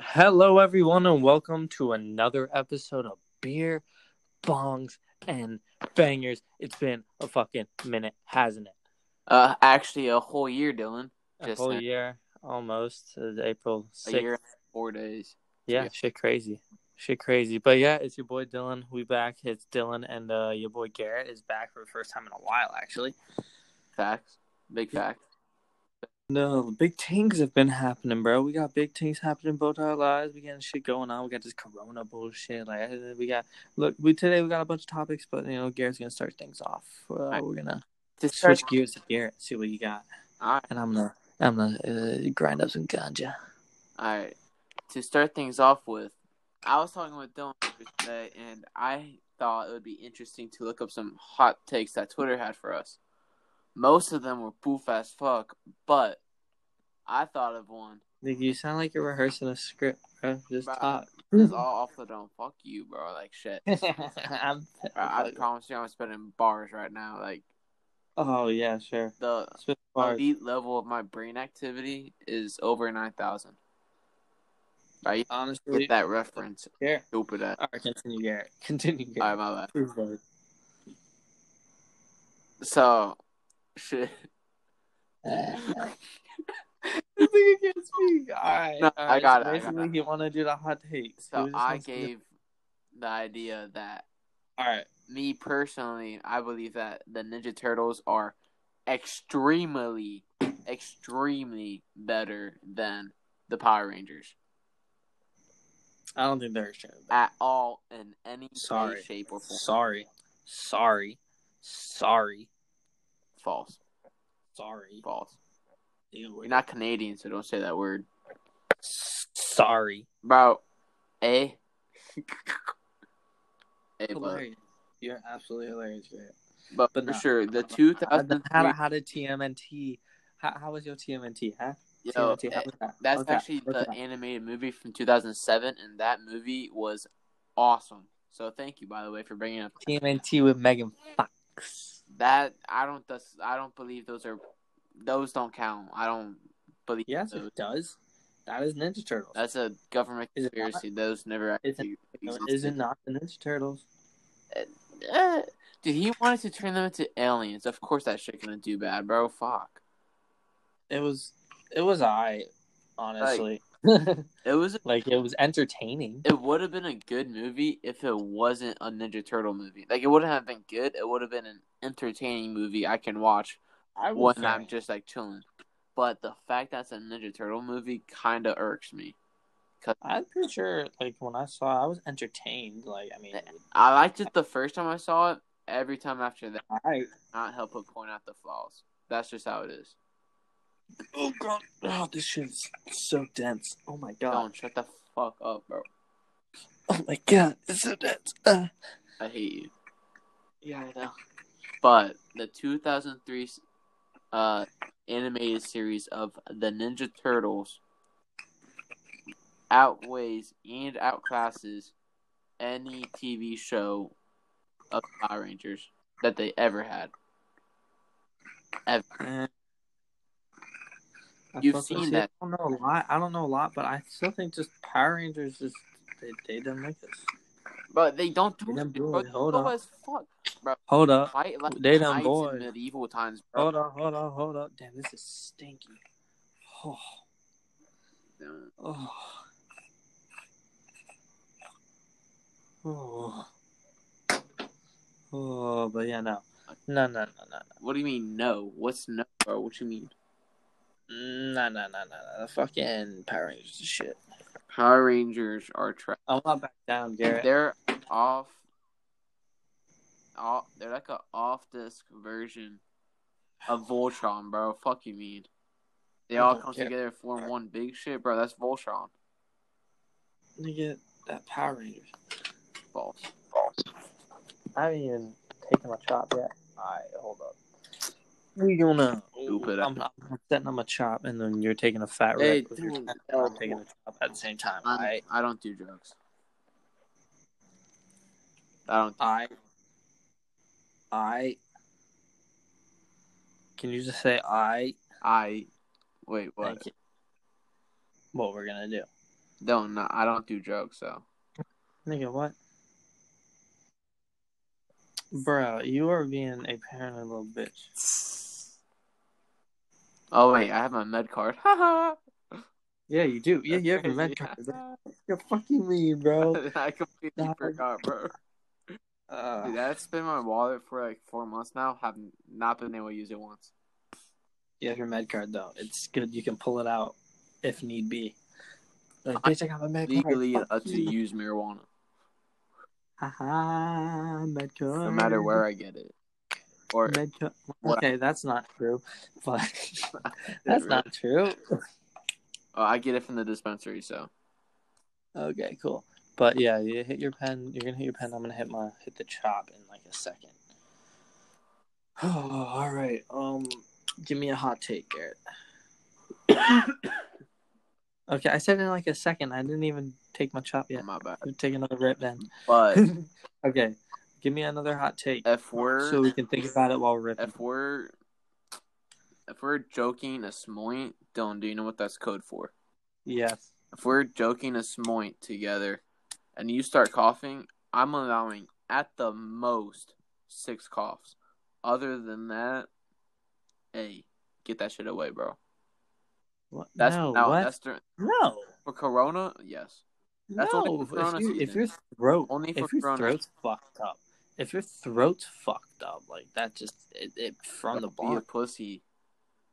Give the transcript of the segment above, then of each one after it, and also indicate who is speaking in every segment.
Speaker 1: Hello, everyone, and welcome to another episode of Beer, Bongs, and Bangers. It's been a fucking minute, hasn't it?
Speaker 2: Uh, actually, a whole year, Dylan.
Speaker 1: A
Speaker 2: Just
Speaker 1: whole
Speaker 2: now.
Speaker 1: year almost. It's April
Speaker 2: A
Speaker 1: 6th.
Speaker 2: year, and four days.
Speaker 1: Yeah,
Speaker 2: Yeah.
Speaker 1: shit crazy. Shit crazy. But yeah, it's your boy Dylan. We back. It's Dylan, and uh, your boy Garrett is back for the first time in a while, actually.
Speaker 2: Facts. Big fact.
Speaker 1: No, big things have been happening, bro. We got big things happening in both our lives. We got shit going on. We got this corona bullshit. Like eh, we got look, we today we got a bunch of topics, but you know, Garrett's gonna start things off. Uh,
Speaker 2: Alright.
Speaker 1: we're gonna
Speaker 2: To start,
Speaker 1: switch gears to Garrett, see what you got,
Speaker 2: all right,
Speaker 1: and I'm gonna I'm gonna uh, grind up some ganja.
Speaker 2: all right. To start things off with, I was talking with Dylan the other day, and I thought it would be interesting to look up some hot takes that Twitter had for us. Most of them were poof as fuck, but I thought of one.
Speaker 1: Like, you sound like you're rehearsing a script, bro. Just
Speaker 2: Bro.
Speaker 1: talk.
Speaker 2: It's all off the dome. Fuck you, bro. Like shit.
Speaker 1: I'm-
Speaker 2: Bro, I promise you, I'm spending bars right now. Like
Speaker 1: oh yeah, sure.
Speaker 2: the
Speaker 1: Spit bars.
Speaker 2: elite level of my brain activity is over 9,000. Right?
Speaker 1: Honestly,
Speaker 2: Get that reference.
Speaker 1: Garrett.
Speaker 2: Stupid ass.
Speaker 1: All right, continue, Garrett. Continue, Garrett.
Speaker 2: Alright, my bad.
Speaker 1: Proof of it.
Speaker 2: So, shit.
Speaker 1: I think I can't speak. All right.
Speaker 2: No,
Speaker 1: all
Speaker 2: I
Speaker 1: right.
Speaker 2: got
Speaker 1: so
Speaker 2: it, I got
Speaker 1: Basically,
Speaker 2: it.
Speaker 1: you want to do the hot takes.
Speaker 2: So,
Speaker 1: You just
Speaker 2: I
Speaker 1: wanna-
Speaker 2: gave the idea that
Speaker 1: All right.
Speaker 2: me personally, I believe that the Ninja Turtles are extremely, extremely better than the Power Rangers
Speaker 1: I don't think they're extreme.
Speaker 2: at all in any way,
Speaker 1: Sorry.
Speaker 2: shape, or form.
Speaker 1: Sorry. Sorry. Sorry.
Speaker 2: False.
Speaker 1: Sorry.
Speaker 2: False.
Speaker 1: Dude,
Speaker 2: You're not Canadian, so don't say that word.
Speaker 1: Sorry.
Speaker 2: Bro, eh? eh but,
Speaker 1: Hilarious. You're absolutely hilarious, Garrett.
Speaker 2: but,
Speaker 1: But
Speaker 2: for
Speaker 1: no.
Speaker 2: sure, the
Speaker 1: How,
Speaker 2: 2003,
Speaker 1: how, how did TMNT? How, how was your TMNT? Huh?
Speaker 2: yo,
Speaker 1: TMNT. How
Speaker 2: eh,
Speaker 1: was that?
Speaker 2: that's
Speaker 1: How's that?
Speaker 2: actually
Speaker 1: How's
Speaker 2: the
Speaker 1: that?
Speaker 2: animated movie from 2007, and that movie was awesome. So thank you, by the way, for bringing up
Speaker 1: TMNT with Megan Fox.
Speaker 2: that. I don't, that's, I don't believe those are, those don't count. I don't believe
Speaker 1: Yes,
Speaker 2: those.
Speaker 1: it does. That is Ninja Turtles.
Speaker 2: That's a government
Speaker 1: Is it not?
Speaker 2: conspiracy. Those never
Speaker 1: Is it-
Speaker 2: actually existed.
Speaker 1: is it not the Ninja Turtles?
Speaker 2: Eh, Dude, he wanted to turn them into aliens. Of course, that shit gonna do bad, bro. Fuck.
Speaker 1: It was it was I honestly.
Speaker 2: It was.
Speaker 1: like it was entertaining.
Speaker 2: It would have been a good movie if it wasn't a Ninja Turtle movie. Like it wouldn't have been good. It would have been an entertaining movie I can watch
Speaker 1: I
Speaker 2: when
Speaker 1: was
Speaker 2: I'm just like chilling. But the fact that's a Ninja Turtle movie kind of irks me.
Speaker 1: I'm pretty sure like when I saw it, I was entertained. Like I mean
Speaker 2: I liked it the first time I saw it. Every time after that,
Speaker 1: I
Speaker 2: not help but point out the flaws. That's just how it is.
Speaker 1: Oh god oh, this shit's so dense. Oh my god.
Speaker 2: Don't shut the fuck up, bro.
Speaker 1: Oh my god, it's so dense. Uh,
Speaker 2: I hate you.
Speaker 1: yeah, I know.
Speaker 2: But the 2003 uh, animated series of the Ninja Turtles outweighs and outclasses any TV show of Power Rangers that they ever had.
Speaker 1: Eh. I
Speaker 2: You've
Speaker 1: fucking
Speaker 2: seen
Speaker 1: see-
Speaker 2: that.
Speaker 1: I don't know a lot. I don't know a lot, but I still think just Power Rangers just they they done like this.
Speaker 2: But they don't do
Speaker 1: Them
Speaker 2: it. Bro.
Speaker 1: boys, hold
Speaker 2: Slow
Speaker 1: on.
Speaker 2: as fuck.
Speaker 1: Hold up.
Speaker 2: Fight like
Speaker 1: They done
Speaker 2: knights
Speaker 1: boys.
Speaker 2: in medieval times, bro.
Speaker 1: Hold on, hold on, hold on. Damn, this is stinky. Oh, oh. Oh. Oh, but yeah, no. No, no, no, no,
Speaker 2: What do you mean no? What's no, bro? What you mean?
Speaker 1: no. No, no, no, no, no. The fucking Power Rangers is shit.
Speaker 2: Power Rangers are trash.
Speaker 1: I'm not back down, Garrett.
Speaker 2: They're off. off they're like a off disc version of Voltron, bro. Fuck you, mean. They all
Speaker 1: Okay.
Speaker 2: come together and form one big shit, bro. That's Voltron.
Speaker 1: Nigga, that Power Rangers.
Speaker 2: False.
Speaker 1: I haven't even taken my chop yet. Alright, hold up. We gonna.
Speaker 2: Stupid.
Speaker 1: I'm, I'm setting up my chop, and then you're taking a fat rip.
Speaker 2: Hey,
Speaker 1: with your
Speaker 2: dude.
Speaker 1: chop, and I'm taking a chop at the same time.
Speaker 2: I'm-
Speaker 1: Alright.
Speaker 2: I don't do drugs. I don't.
Speaker 1: I. I. Can you just say I?
Speaker 2: I. Wait, what?
Speaker 1: Thank you. What we're gonna do?
Speaker 2: Don't no, I don't do drugs, so
Speaker 1: Nigga, what? Bro, you are being a paranoid little bitch.
Speaker 2: Oh wait, I have my med card. Haha.
Speaker 1: Yeah, you do. Yeah, you have a med card. bro. You're fucking mean, bro.
Speaker 2: I completely
Speaker 1: Dog.
Speaker 2: forgot, bro.
Speaker 1: Uh,
Speaker 2: Dude, that's been my wallet for like four months now. Have not been able to use it once.
Speaker 1: you have your med card though. It's good. You can pull it out if need be. Like, bitch, I got my med card.
Speaker 2: Legally, uh,
Speaker 1: Fuck
Speaker 2: to
Speaker 1: you.
Speaker 2: use marijuana,
Speaker 1: Haha, med card.
Speaker 2: no matter where I get it, or
Speaker 1: Med card.
Speaker 2: What?
Speaker 1: Okay, that's not true. But that's not true.
Speaker 2: Oh, I get it from the dispensary. So
Speaker 1: Okay, cool. But yeah, you hit your pen. You're gonna hit your pen. I'm gonna hit my hit the chop in like a second. Oh, all right. Um, give me a hot take, Garrett. okay, I said in like a second. I didn't even take my chop yet.
Speaker 2: my bad.
Speaker 1: Take another rip then.
Speaker 2: But
Speaker 1: okay, give me another hot take
Speaker 2: if we're
Speaker 1: so we can think about it while we're ripping.
Speaker 2: if we're if we're joking a smoint, Dylan, do you know what that's code for?
Speaker 1: Yes.
Speaker 2: If we're joking a smoint together, and you start coughing, I'm allowing at the most six coughs. Other than that, hey, get that shit away, bro.
Speaker 1: What?
Speaker 2: That's
Speaker 1: no.
Speaker 2: no,
Speaker 1: what?
Speaker 2: that's during,
Speaker 1: no.
Speaker 2: for Corona. Yes, That's
Speaker 1: no.
Speaker 2: only for Corona
Speaker 1: if, you, if
Speaker 2: season.
Speaker 1: your throat,
Speaker 2: Only for
Speaker 1: if your
Speaker 2: Corona.
Speaker 1: throat's fucked up, if your throat's fucked up, like that, just it, it from the
Speaker 2: Don't be a
Speaker 1: block.
Speaker 2: pussy.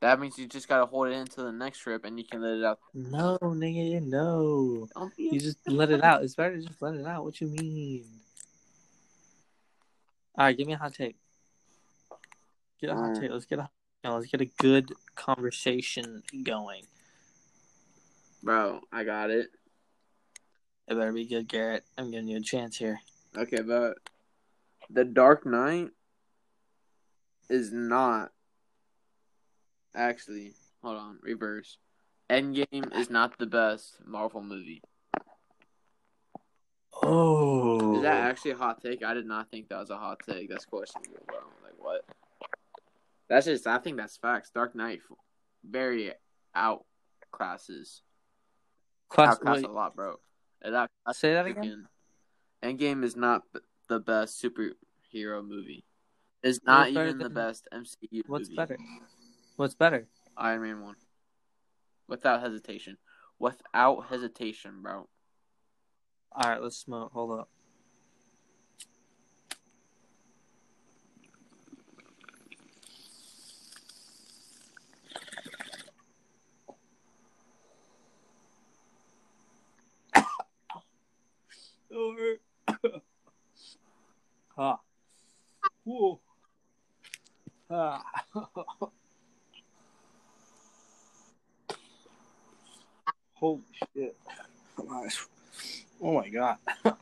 Speaker 2: That means you just gotta hold it into the next trip, and you can let it out.
Speaker 1: No, nigga, no.
Speaker 2: Don't be a
Speaker 1: You just let it out. It's better to just let it out. What you mean? All right, give me a hot take. Get a hot
Speaker 2: Mm.
Speaker 1: take. Let's get a no, let's get a good conversation going.
Speaker 2: bro. I got it.
Speaker 1: It better be good, Garrett. I'm giving you a chance here.
Speaker 2: Okay, but The Dark Knight is not actually. Hold on, reverse. Endgame is not the best Marvel movie.
Speaker 1: Oh,
Speaker 2: Is that actually a hot take? I did not think that was a hot take. That's questionable, bro. Like what? That's just. I think that's facts. Dark Knight very outclasses.
Speaker 1: Class-
Speaker 2: outclass
Speaker 1: wait,
Speaker 2: a lot, bro. It outclasses
Speaker 1: say that again.
Speaker 2: Freaking- Endgame is not b- the best superhero movie. It's
Speaker 1: What's
Speaker 2: not
Speaker 1: better
Speaker 2: even the
Speaker 1: than-
Speaker 2: best MCU
Speaker 1: What's
Speaker 2: movie.
Speaker 1: better? What's better?
Speaker 2: Iron Man 1. Without hesitation. Without hesitation, bro.
Speaker 1: All right, let's smoke. Hold up. Over. ah. Whoa. Ah. Holy shit. Nice. Oh my god.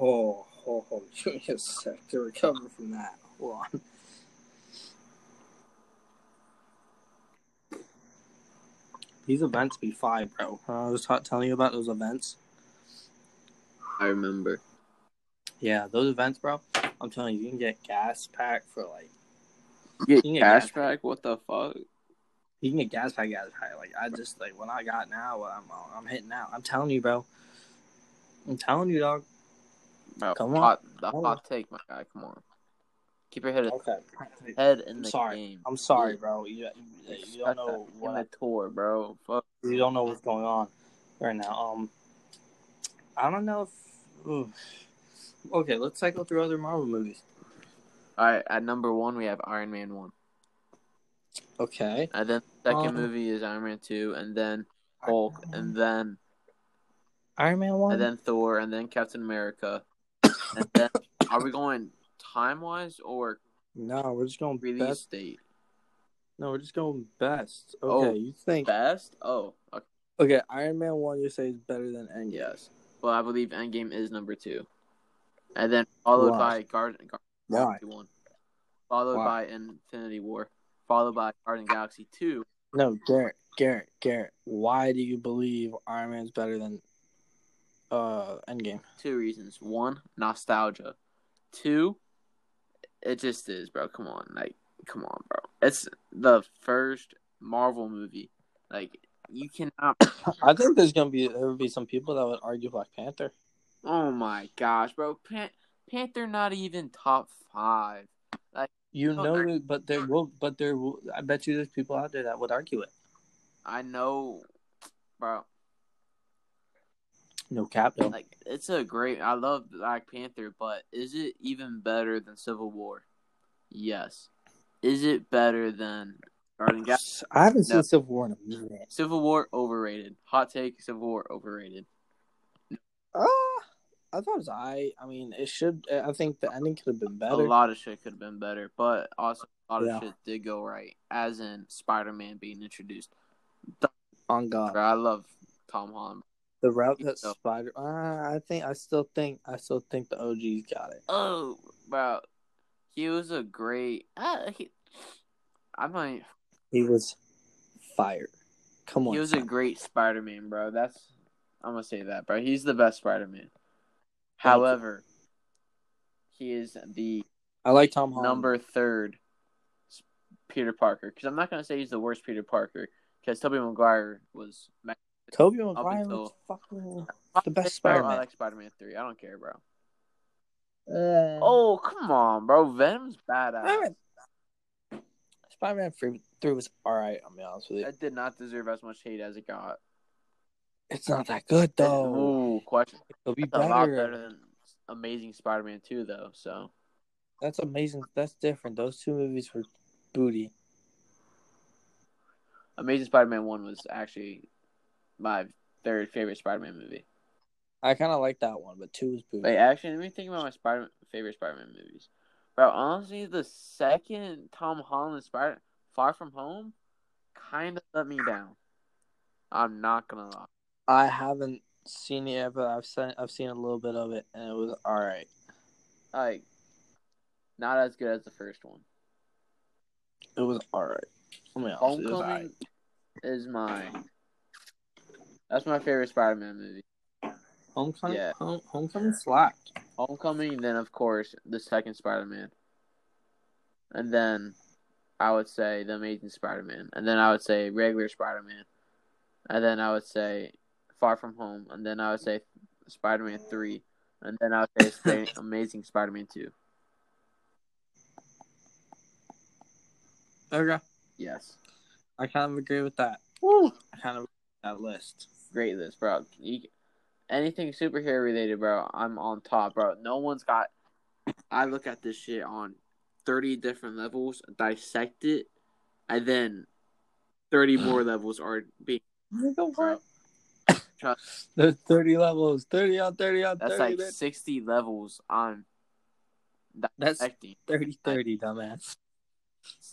Speaker 1: oh, oh, oh, give me a sec to recover from that. Hold on. These events be fire, bro. I was ta- telling you about those events.
Speaker 2: I remember.
Speaker 1: Yeah, those events, bro. I'm telling you, you can get gas pack for like
Speaker 2: Yeah,
Speaker 1: can get gas.
Speaker 2: cashback? What the fuck?
Speaker 1: you can get gas pack, gas pack. Like I just like when I got now, what I'm I'm hitting now. I'm telling you, bro. I'm telling you, dog.
Speaker 2: Bro,
Speaker 1: Come on.
Speaker 2: Hot, the
Speaker 1: Come
Speaker 2: hot take, my guy. Come on. Keep your head,
Speaker 1: Okay.
Speaker 2: head in
Speaker 1: I'm
Speaker 2: the
Speaker 1: sorry.
Speaker 2: game.
Speaker 1: I'm sorry, bro. You,
Speaker 2: Yeah.
Speaker 1: you don't know
Speaker 2: In
Speaker 1: what
Speaker 2: the tour, bro. Fuck.
Speaker 1: you don't know what's going on right now. Um, I don't know if. oof. Okay, let's cycle through other Marvel movies.
Speaker 2: All right, at number one, we have Iron Man 1.
Speaker 1: Okay.
Speaker 2: And then second
Speaker 1: Um,
Speaker 2: movie is Iron Man 2, and then Hulk, and then
Speaker 1: Iron Man one.
Speaker 2: and then Thor, and then Captain America. And then are we going time wise or
Speaker 1: no, we're just going
Speaker 2: release
Speaker 1: best.
Speaker 2: date?
Speaker 1: No, we're just going best. Okay,
Speaker 2: Oh,
Speaker 1: you think?
Speaker 2: Best? Oh, okay.
Speaker 1: Okay, Iron Man one. You say is better than Endgame.
Speaker 2: yes. Well, I believe Endgame is number two, and then followed
Speaker 1: Why?
Speaker 2: by Guardian Guardian
Speaker 1: Why?
Speaker 2: Galaxy one, followed
Speaker 1: Why?
Speaker 2: by Infinity War, followed by Guardian Galaxy two.
Speaker 1: No, Garrett, Garrett, Garrett. Why do you believe Iron Man's better than uh Endgame?
Speaker 2: Two reasons: one, nostalgia; two, it just is, bro. Come on, like come on, bro. It's the first Marvel movie. Like you cannot.
Speaker 1: I think there's gonna be there would be some people that would argue Black Panther.
Speaker 2: Oh my gosh, bro. Pan- Panther not even top five.
Speaker 1: You
Speaker 2: No,
Speaker 1: know,
Speaker 2: there-
Speaker 1: it, but there will, but there will. I bet you there's people out there that would argue it.
Speaker 2: I know, bro.
Speaker 1: No cap, no.
Speaker 2: Like it's a great. I love Black Panther, but is it even better than Civil War? Yes. Is it better than Guardian Gal-
Speaker 1: I haven't
Speaker 2: No.
Speaker 1: seen Civil War in a minute.
Speaker 2: Civil War overrated. Hot take. Civil War overrated.
Speaker 1: Uh, I thought it was I. I mean, it should. I think the ending could have been better.
Speaker 2: A lot of shit could have been better, but also a lot
Speaker 1: Yeah.
Speaker 2: of shit did go right, as in Spider Man being introduced.
Speaker 1: on God,
Speaker 2: Bro, I love Tom Holland.
Speaker 1: the route that
Speaker 2: No.
Speaker 1: Spider. Uh, I think. I still think. I still think the OGs got it.
Speaker 2: Oh, bro, he was a great. Uh, he, I'm not. even-
Speaker 1: He was fire. Come on.
Speaker 2: He was a great Spider Man, bro. That's I'm gonna say that, bro. He's the best Spider Man.
Speaker 1: you.
Speaker 2: However, he is the
Speaker 1: I like Tom Holland.
Speaker 2: number third s- Peter Parker. Because I'm not gonna say he's the worst Peter Parker. Because Tobey Maguire was ma-
Speaker 1: Tobey Maguire
Speaker 2: until-
Speaker 1: was fucking the best
Speaker 2: Bro,
Speaker 1: Spider-Man.
Speaker 2: I like Spider Man three. I don't care, bro.
Speaker 1: Uh,
Speaker 2: Oh come on, bro. Venom's badass.
Speaker 1: Spider-Man. Spider-Man three, three was alright. I'll be honest with you.
Speaker 2: That did not deserve as much hate as it got.
Speaker 1: It's not that good though.
Speaker 2: Ooh, question.
Speaker 1: It'll be
Speaker 2: That's a lot
Speaker 1: better.
Speaker 2: better than Amazing Spider Man two, though. So
Speaker 1: That's amazing. That's different. Those two movies were booty.
Speaker 2: Amazing Spider Man one was actually my third favorite Spider Man movie.
Speaker 1: I kind of like that one, but two was booty.
Speaker 2: Wait, actually, let me think about my Spider favorite Spider Man movies. Bro, honestly, the second Tom Holland Spider Far From Home kind of let me down. I'm not gonna lie.
Speaker 1: I haven't seen it, yet, but I've seen I've seen a little bit of it, and it was all right.
Speaker 2: Like, not as good as the first one.
Speaker 1: It was all right. I mean, honestly, it was all right.
Speaker 2: Homecoming is my. That's my favorite Spider Man movie.
Speaker 1: Homecoming,
Speaker 2: Yeah.
Speaker 1: home, homecoming slapped.
Speaker 2: Homecoming, then of course the second Spider Man, and then I would say the Amazing Spider Man, and then I would say regular Spider Man, and then I would say Far From Home, and then I would say Spider Man Three, and then I would say Sp- Amazing Spider Man Two.
Speaker 1: Okay,
Speaker 2: Yes,
Speaker 1: I kind of agree with that. I kind of agree with that list.
Speaker 2: great list, bro. You- anything superhero related, bro, I'm on top, bro. No one's got. I look at this shit on thirty different levels, dissect it, and then thirty more levels are being. Bro. Trust,
Speaker 1: There's 30 levels. 30 on 30 on
Speaker 2: that's
Speaker 1: 30.
Speaker 2: like
Speaker 1: that's
Speaker 2: sixty levels on
Speaker 1: that's
Speaker 2: dissecting.
Speaker 1: 30 30, dumbass.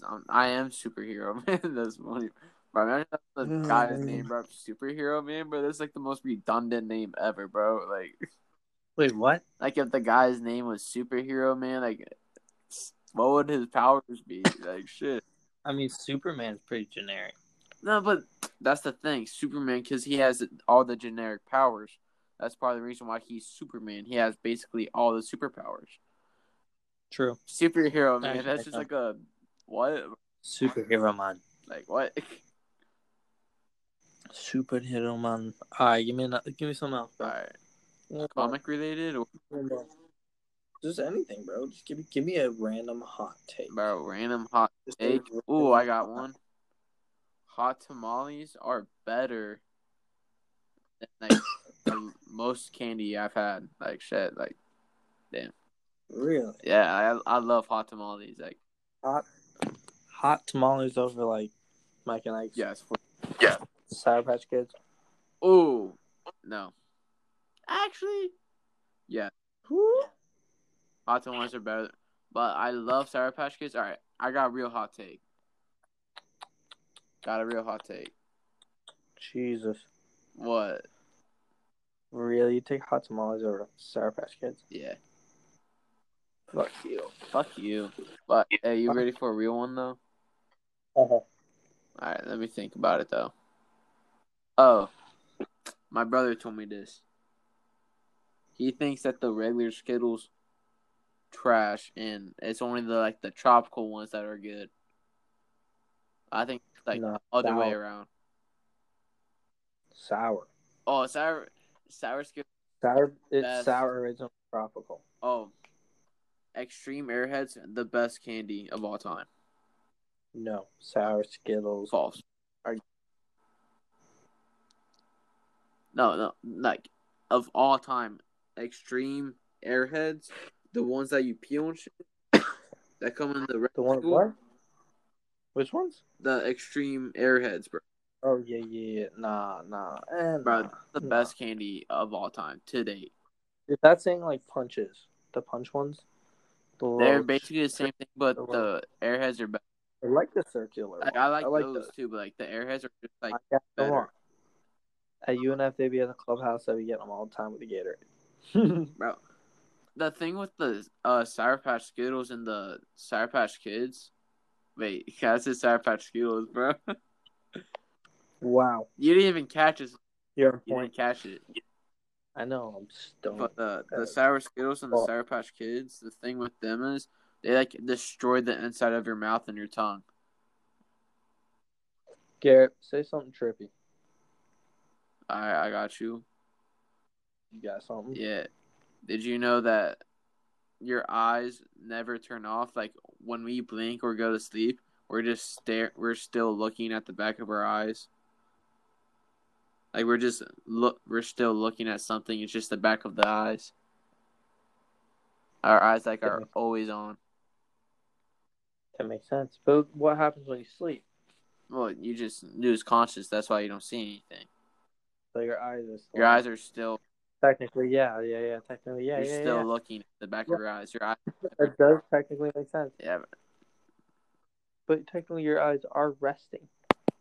Speaker 2: Um, I am superhero man. That's funny. Bro, imagine that's the
Speaker 1: Mm.
Speaker 2: guy's name, bro. Superhero man, bro. That's like the most redundant name ever, bro. Like,
Speaker 1: Wait, what?
Speaker 2: like if the guy's name was superhero man, like, what would his powers be? Like, shit.
Speaker 1: I mean, Superman's pretty generic.
Speaker 2: No, but that's the thing, Superman, because he has all the generic powers. That's part of the reason why he's Superman. He has basically all the superpowers.
Speaker 1: True.
Speaker 2: superhero man.
Speaker 1: Actually,
Speaker 2: That's just like a what?
Speaker 1: Superhero man.
Speaker 2: Like what?
Speaker 1: Superhero man. All right, give me another, give me something else, bro.
Speaker 2: Alright.
Speaker 1: One more,
Speaker 2: Comic related or
Speaker 1: one more. Just anything, bro. Just give me give me a random hot take.
Speaker 2: bro, random hot
Speaker 1: Just a
Speaker 2: take.
Speaker 1: random
Speaker 2: Ooh, I got
Speaker 1: hot-
Speaker 2: one. Hot tamales are better than like the most candy I've had. Like shit. Like
Speaker 1: Really
Speaker 2: yeah, I I love hot tamales. Like
Speaker 1: hot, hot tamales over like Mike and Ike's
Speaker 2: yes.
Speaker 1: Sour Patch Kids.
Speaker 2: Ooh. No. Actually, hot tamales are better. But I love Sour Patch Kids. All right, I got a real hot take. Got a real hot take.
Speaker 1: Jesus,
Speaker 2: What?
Speaker 1: really? You take hot tamales over Sour Patch Kids?
Speaker 2: Yeah.
Speaker 1: Fuck you.
Speaker 2: Fuck you. But hey, you ready for a real one though?
Speaker 1: Uh-huh.
Speaker 2: All right, let me think about it though. Oh, my brother told me this. He thinks that the regular Skittles trash, and it's only the like the tropical ones that are good. I think like
Speaker 1: No,
Speaker 2: other way
Speaker 1: sour.
Speaker 2: around.
Speaker 1: Sour.
Speaker 2: Oh, sour, sour skip.
Speaker 1: Sour. It's
Speaker 2: Best.
Speaker 1: sour original tropical.
Speaker 2: Oh, extreme airheads, the best candy of all time.
Speaker 1: No, sour Skittles.
Speaker 2: False.
Speaker 1: Are you-
Speaker 2: No, no, like of all time, extreme airheads, the ones that you peel and shit, that come in the red
Speaker 1: The one
Speaker 2: school,
Speaker 1: what? Which ones?
Speaker 2: the extreme airheads, bro.
Speaker 1: Oh yeah, yeah, yeah. Nah, nah. Eh,
Speaker 2: Bro,
Speaker 1: nah.
Speaker 2: The
Speaker 1: nah.
Speaker 2: best candy of all time to date.
Speaker 1: Is that saying like punches? The punch ones. The
Speaker 2: They're
Speaker 1: little-
Speaker 2: basically the same thing, but
Speaker 1: the
Speaker 2: the airheads are better.
Speaker 1: I like the circular.
Speaker 2: Like,
Speaker 1: one.
Speaker 2: I like,
Speaker 1: like
Speaker 2: those
Speaker 1: those.
Speaker 2: too, but like the airheads are just like
Speaker 1: I got them
Speaker 2: better.
Speaker 1: all. At UNF, they be at the clubhouse. I be getting them all the time with the Gatorade.
Speaker 2: Bro, the thing with the uh, Sour Patch Skittles and the Sour Patch Kids. Wait, I said Sour Patch Skittles, bro.
Speaker 1: wow,
Speaker 2: You didn't even catch it.
Speaker 1: your
Speaker 2: You
Speaker 1: point.
Speaker 2: didn't catch it.
Speaker 1: I know. I'm stoned.
Speaker 2: But the
Speaker 1: Uh,
Speaker 2: the Sour Skittles and the
Speaker 1: well-
Speaker 2: Sour Patch Kids. The thing with them is they like destroy the inside of your mouth and your tongue.
Speaker 1: Garrett, say something trippy.
Speaker 2: I I got you.
Speaker 1: You got something?
Speaker 2: Yeah. Did you know that your eyes never turn off? Like when we blink or go to sleep, we're just stare. We're still looking at the back of our eyes. Like we're just look. We're still looking at something. It's just the back of the eyes. Our eyes like are
Speaker 1: Yeah.
Speaker 2: always on.
Speaker 1: That makes sense. But what happens when you sleep?
Speaker 2: Well, you just lose conscious. That's why you don't see anything.
Speaker 1: So your eyes are.
Speaker 2: Your eyes are still.
Speaker 1: Technically, yeah, yeah, yeah. Technically, yeah,
Speaker 2: you're
Speaker 1: yeah,
Speaker 2: still
Speaker 1: yeah.
Speaker 2: looking at the back
Speaker 1: Yeah.
Speaker 2: of your eyes. Your eyes.
Speaker 1: It does technically make sense,
Speaker 2: Yeah.
Speaker 1: but technically your eyes are resting.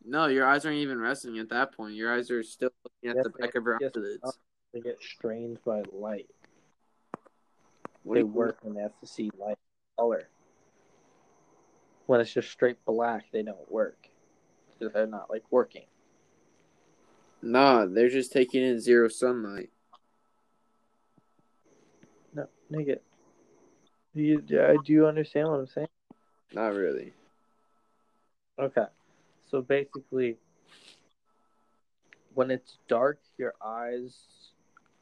Speaker 2: No, your eyes aren't even resting at that point. Your eyes are still looking at
Speaker 1: Yes,
Speaker 2: the back
Speaker 1: they-
Speaker 2: of your
Speaker 1: yes, they
Speaker 2: eyelids.
Speaker 1: are. They get strained by light.
Speaker 2: What
Speaker 1: they
Speaker 2: do you-
Speaker 1: work when they have to see light color. When it's just straight black, they don't work. Because they're not like working.
Speaker 2: Nah, they're just taking in zero sunlight.
Speaker 1: No, nigga. Do you, yeah, do you understand what I'm saying?
Speaker 2: Not really.
Speaker 1: Okay. So basically, when it's dark, your eyes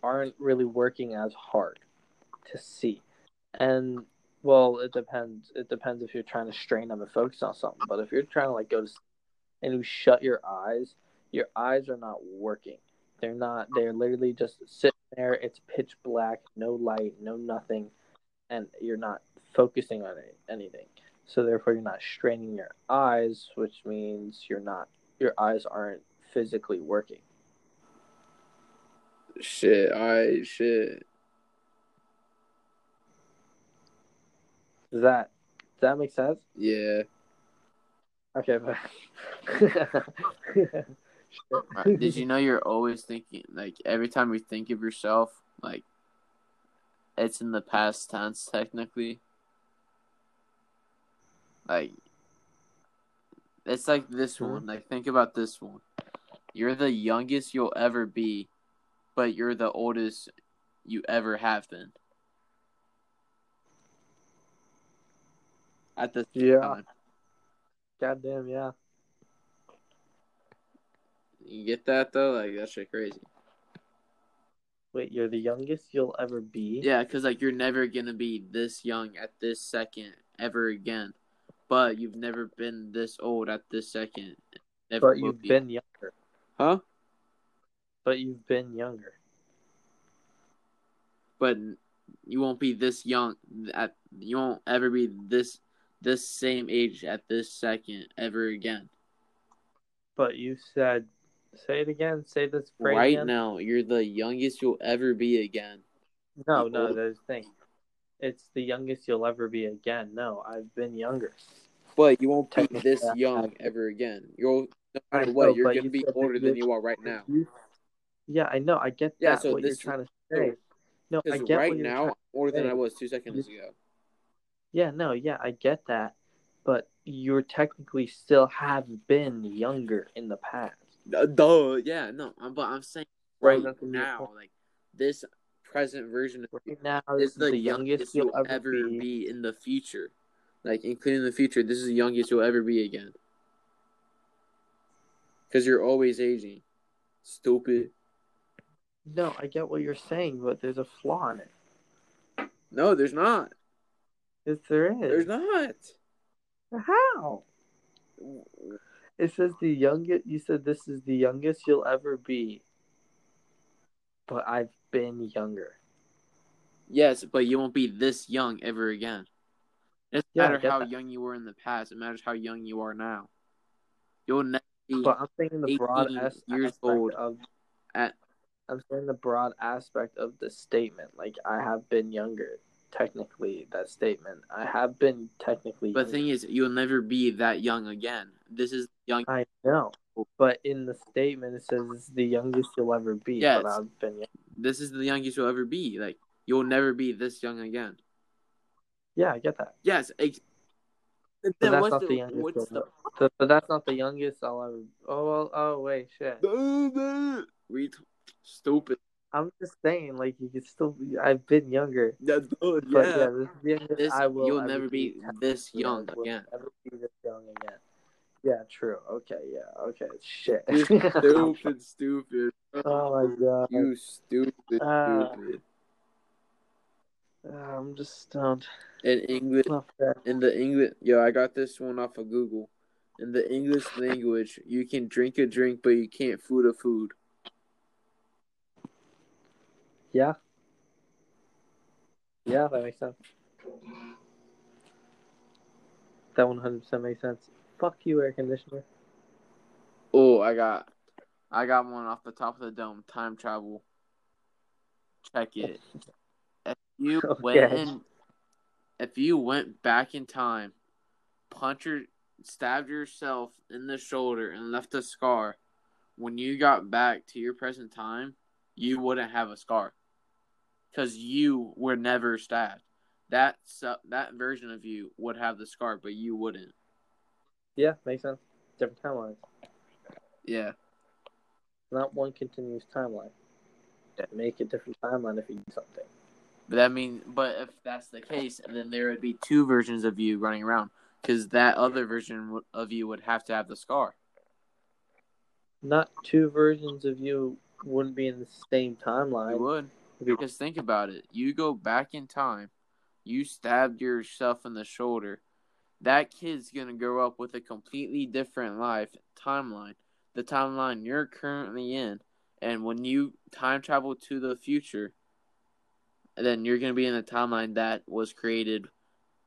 Speaker 1: aren't really working as hard to see. And well, it depends. It depends if you're trying to strain them and focus on something. But if you're trying to like go to sleep and you shut your eyes, your eyes are not working. They're not. They're literally just sitting there. It's pitch black, no light, no nothing, and you're not focusing on it, anything. So therefore, you're not straining your eyes, which means you're not. Your eyes aren't physically working.
Speaker 2: Shit, I shit.
Speaker 1: Does that does that make sense?
Speaker 2: Yeah.
Speaker 1: Okay, but
Speaker 2: Did you know you're always thinking like every time you think of yourself, like it's in the past tense technically. Like it's like this
Speaker 1: Hmm.
Speaker 2: one. Like think about this one. You're the youngest you'll ever be, but you're the oldest you ever have been. At the
Speaker 1: Yeah.
Speaker 2: time.
Speaker 1: Goddamn. Yeah.
Speaker 2: You get that though? Like that's shit crazy.
Speaker 1: Wait, you're the youngest you'll ever be.
Speaker 2: Yeah, because like you're never gonna be this young at this second ever again, but you've never been this old at this second. Never
Speaker 1: But
Speaker 2: will
Speaker 1: you've
Speaker 2: be.
Speaker 1: been younger.
Speaker 2: huh?
Speaker 1: But you've been younger.
Speaker 2: But you won't be this young at. You won't ever be this this same age at this second ever again.
Speaker 1: But you said, say it again. Say this phrase
Speaker 2: right
Speaker 1: again.
Speaker 2: now, you're the youngest you'll ever be again.
Speaker 1: No,
Speaker 2: You
Speaker 1: no,
Speaker 2: old-
Speaker 1: there's thing. It's the youngest you'll ever be again. No, I've been younger.
Speaker 2: But you won't be
Speaker 1: Technically,
Speaker 2: this
Speaker 1: I-
Speaker 2: young ever again. You'll no
Speaker 1: I
Speaker 2: matter
Speaker 1: know,
Speaker 2: what, you're
Speaker 1: but
Speaker 2: gonna
Speaker 1: you
Speaker 2: be
Speaker 1: said that
Speaker 2: older than
Speaker 1: you're-
Speaker 2: you are right now.
Speaker 1: Yeah, I know. I get
Speaker 2: Yeah,
Speaker 1: that.
Speaker 2: so
Speaker 1: what you're
Speaker 2: this-
Speaker 1: trying to
Speaker 2: no,
Speaker 1: say. No, I
Speaker 2: Because
Speaker 1: get
Speaker 2: right
Speaker 1: what you're
Speaker 2: now,
Speaker 1: trying-
Speaker 2: older than
Speaker 1: say.
Speaker 2: I was two seconds ago.
Speaker 1: Yeah, no, yeah, I get that. But you technically still have been younger in the past.
Speaker 2: Uh, Duh. Yeah. No. I'm, but I'm saying
Speaker 1: Well,
Speaker 2: right
Speaker 1: that's a good
Speaker 2: now,
Speaker 1: point.
Speaker 2: like this present version of you
Speaker 1: Right now,
Speaker 2: is
Speaker 1: this is
Speaker 2: the,
Speaker 1: the youngest
Speaker 2: you'll
Speaker 1: you'll ever, be.
Speaker 2: in the future. Like including the future, this is the youngest you'll ever be again. Because you're always aging. Stupid.
Speaker 1: No, I get what you're saying, but there's a flaw in it.
Speaker 2: No, there's not.
Speaker 1: Yes, there is.
Speaker 2: There's not.
Speaker 1: How? It says the youngest. You said this is the youngest you'll ever be. But I've been younger.
Speaker 2: Yes, but you won't be this young ever again. It doesn't
Speaker 1: Yeah, I
Speaker 2: matter
Speaker 1: get
Speaker 2: how
Speaker 1: that.
Speaker 2: young you were in the past. It matters how young you are now. You'll never be
Speaker 1: But I'm saying the broad
Speaker 2: 18
Speaker 1: as-
Speaker 2: years
Speaker 1: aspect
Speaker 2: old
Speaker 1: of.
Speaker 2: at-
Speaker 1: I'm saying the broad aspect of the statement. Like I have been younger. Technically, that statement. I have been technically.
Speaker 2: But the
Speaker 1: younger.
Speaker 2: thing is, you'll never be that young again. This is young.
Speaker 1: I know. But in the statement, it says it's the youngest you'll ever be.
Speaker 2: Yes.
Speaker 1: But I've been.
Speaker 2: This is the youngest you'll ever be. Like you'll never be this young again.
Speaker 1: Yeah, I get that.
Speaker 2: Yes. Ex- then
Speaker 1: But that's
Speaker 2: what's
Speaker 1: not the,
Speaker 2: the,
Speaker 1: youngest.
Speaker 2: what's
Speaker 1: you'll
Speaker 2: the
Speaker 1: ever- Th- but that's not the youngest I'll ever. Oh well. Oh wait, shit.
Speaker 2: Ret- stupid?
Speaker 1: I'm just saying, like you could still. Be, I've been younger,
Speaker 2: That's good.
Speaker 1: but yeah, this is the youngest
Speaker 2: This,
Speaker 1: I will.
Speaker 2: you'll
Speaker 1: ever
Speaker 2: never be this
Speaker 1: Yeah,
Speaker 2: young
Speaker 1: I will
Speaker 2: again.
Speaker 1: Never be this young again. Yeah, true. Okay, yeah, okay. Shit.
Speaker 2: You stupid, stupid.
Speaker 1: oh my god.
Speaker 2: You stupid,
Speaker 1: Uh,
Speaker 2: stupid.
Speaker 1: Uh, I'm just stoned.
Speaker 2: In English,
Speaker 1: Not fair.
Speaker 2: in the English, yo, I got this one off of Google. In the English language, you can drink a drink, but you can't food a food.
Speaker 1: Yeah. Yeah, that makes sense. That 100% makes sense. Fuck you, air conditioner.
Speaker 2: Oh, I got, I got one off the top of the dome. Time travel. Check it. If you went,
Speaker 1: Okay.
Speaker 2: in, if you went back in time, punch your, stabbed yourself in the shoulder and left a scar. When you got back to your present time, you wouldn't have a scar, because you were never stabbed. That su- that version of you would have the scar, but you wouldn't.
Speaker 1: Yeah, makes sense. Different timelines.
Speaker 2: Yeah.
Speaker 1: Not one continuous timeline. Make a different timeline if you do something.
Speaker 2: But that mean, but if that's the case, then there would be two versions of you running around because that other version w- of you would have to have the scar.
Speaker 1: Not two versions of you wouldn't be in the same
Speaker 2: You
Speaker 1: timeline.
Speaker 2: would
Speaker 1: It'd be-
Speaker 2: because think about it. You go back in time, you stabbed yourself in the shoulder. That kid's gonna grow up with a completely different life timeline, the timeline you're currently in, and when you time travel to the future, then you're gonna be in the timeline that was created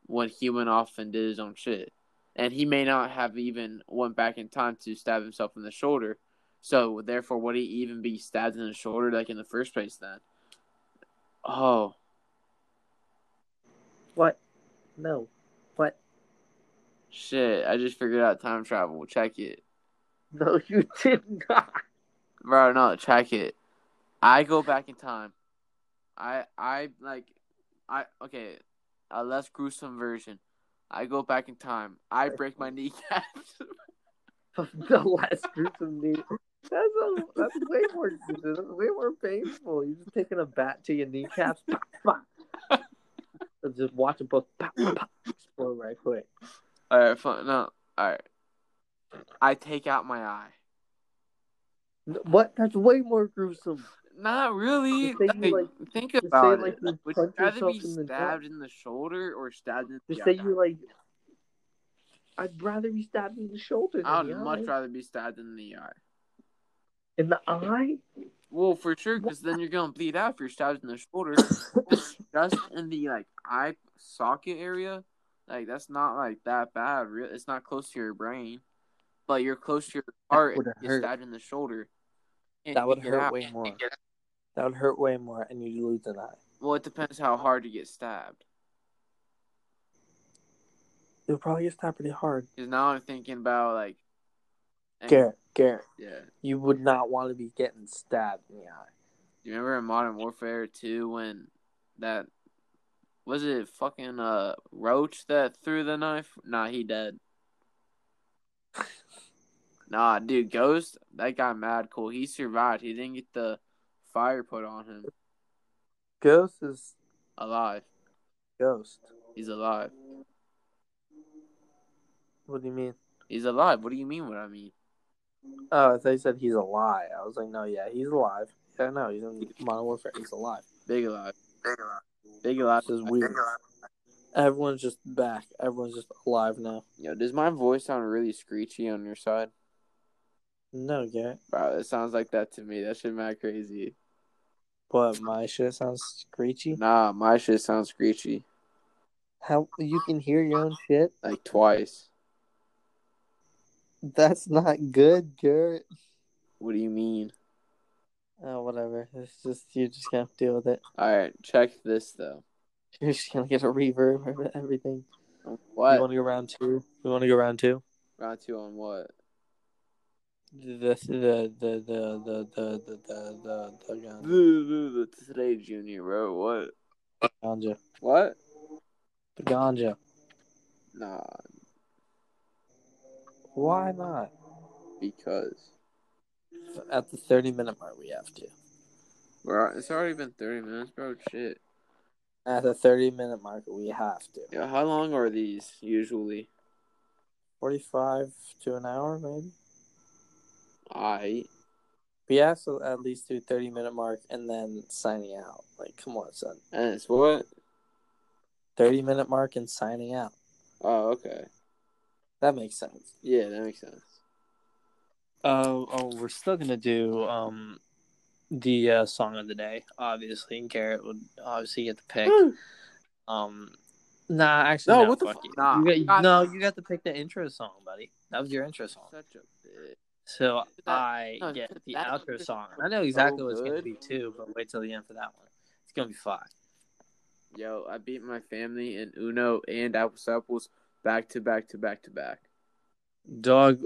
Speaker 2: when human often did his own shit. And he may not have even went back in time to stab himself in the shoulder. So therefore would he even be stabbed in the shoulder like in the first place then? Oh.
Speaker 1: What? No. What?
Speaker 2: Shit, I just figured out time travel. Check it.
Speaker 1: No, you did not.
Speaker 2: Bro, no, check it. I go back in time. I I like I okay, a less gruesome version. I go back in time. I break my kneecaps.
Speaker 1: the last gruesome knee. That's a, that's way more that's way more painful. You're just taking a bat to your kneecaps. pop, pop. And Just watching both pop, pop, explode right quick.
Speaker 2: All right, fine. No, all right. I take out my eye.
Speaker 1: N- What? That's way more gruesome.
Speaker 2: Not really.
Speaker 1: Just say you,
Speaker 2: Like, think
Speaker 1: say,
Speaker 2: about
Speaker 1: like,
Speaker 2: it.
Speaker 1: you
Speaker 2: Would you
Speaker 1: punch
Speaker 2: rather be
Speaker 1: yourself in the
Speaker 2: stabbed in the shoulder or stabbed in the
Speaker 1: Just
Speaker 2: eye?
Speaker 1: say you like. I'd rather be stabbed in the shoulder. Than
Speaker 2: I would
Speaker 1: the
Speaker 2: much
Speaker 1: eye.
Speaker 2: rather be stabbed in the eye.
Speaker 1: In the eye.
Speaker 2: Well, for sure, because then you're gonna bleed out if you're stabbed in the shoulder. Just in the like eye socket area, like that's not like that bad. Real, it's not close to your brain, but you're close to your heart. If
Speaker 1: would've
Speaker 2: you're
Speaker 1: hurt.
Speaker 2: stabbed in the shoulder. Can't
Speaker 1: That would
Speaker 2: get
Speaker 1: hurt
Speaker 2: out.
Speaker 1: way more. That would hurt way more, and you'd lose an eye.
Speaker 2: Well, it depends how hard you get stabbed.
Speaker 1: You'll probably get stabbed pretty hard.
Speaker 2: Because now I'm thinking about like. and-
Speaker 1: Garrett, Garrett,
Speaker 2: Yeah.
Speaker 1: you would not want to be getting stabbed in the eye.
Speaker 2: Do you remember in Modern Warfare 2 when that was it fucking uh Roach that threw the knife? Nah, he dead. Nah, dude, Ghost, that guy mad cool. He survived. He didn't get the fire put on him.
Speaker 1: Ghost is
Speaker 2: Alive.
Speaker 1: ghost.
Speaker 2: He's alive.
Speaker 1: What do you mean?
Speaker 2: He's alive. What do you mean what I mean?
Speaker 1: Oh, they said he's alive. I was like, no, yeah, he's alive. Yeah, no, he's in Modern Warfare. He's alive.
Speaker 2: Big alive. Big alive.
Speaker 1: This is weird. Everyone's just back. Everyone's just alive now.
Speaker 2: Yo, does my voice sound really screechy on your side?
Speaker 1: No, Garrett,
Speaker 2: Wow, it sounds like that to me. That shit mad crazy.
Speaker 1: but my shit sounds screechy.
Speaker 2: Nah, my shit sounds screechy.
Speaker 1: How you can hear your own shit?
Speaker 2: Like twice.
Speaker 1: That's not good, Garrett.
Speaker 2: What do you mean?
Speaker 1: Oh, whatever. It's just you just gonna have to deal with it.
Speaker 2: Alright, check this though.
Speaker 1: You're just gonna get a reverb of everything.
Speaker 2: What?
Speaker 1: You want to go round two? We want to go round two.
Speaker 2: Round two on what?
Speaker 1: The the the the the the the the the, the gun.
Speaker 2: The Today Junior, bro. What?
Speaker 1: ganja.
Speaker 2: What?
Speaker 1: The ganja.
Speaker 2: Nah,
Speaker 1: Why not?
Speaker 2: because.
Speaker 1: At the thirty minute mark, we have to.
Speaker 2: Bro, it's already been 30 minutes, bro. Shit.
Speaker 1: At the thirty minute mark, we have to.
Speaker 2: Yeah, how long are these usually?
Speaker 1: Forty five to an hour, maybe.
Speaker 2: I.
Speaker 1: But yeah, so at least do thirty minute mark and then signing out. Like, come on, son.
Speaker 2: And it's what?
Speaker 1: Thirty minute mark and signing out.
Speaker 2: Oh, okay.
Speaker 1: That makes sense.
Speaker 2: Yeah, that makes sense.
Speaker 1: Oh, oh, we're still gonna do um the uh, song of the day, obviously. And Garrett would obviously get the pick. Um, nah, actually,
Speaker 2: No,
Speaker 1: no.
Speaker 2: what the
Speaker 1: fuck
Speaker 2: fu-
Speaker 1: you.
Speaker 2: nah.
Speaker 1: You got-
Speaker 2: God.
Speaker 1: no, you got to pick the intro song, buddy. That was your intro song.
Speaker 2: Such a bitch.
Speaker 1: So
Speaker 2: That-
Speaker 1: I
Speaker 2: no,
Speaker 1: get the
Speaker 2: that
Speaker 1: outro
Speaker 2: intro
Speaker 1: song.
Speaker 2: song
Speaker 1: I know
Speaker 2: was
Speaker 1: exactly
Speaker 2: so
Speaker 1: what it's gonna
Speaker 2: good.
Speaker 1: be too, but wait till the end for that one. It's gonna be fire.
Speaker 2: Yo, I beat my family in Uno and Apples Apples back to back to back to back.
Speaker 1: Dog,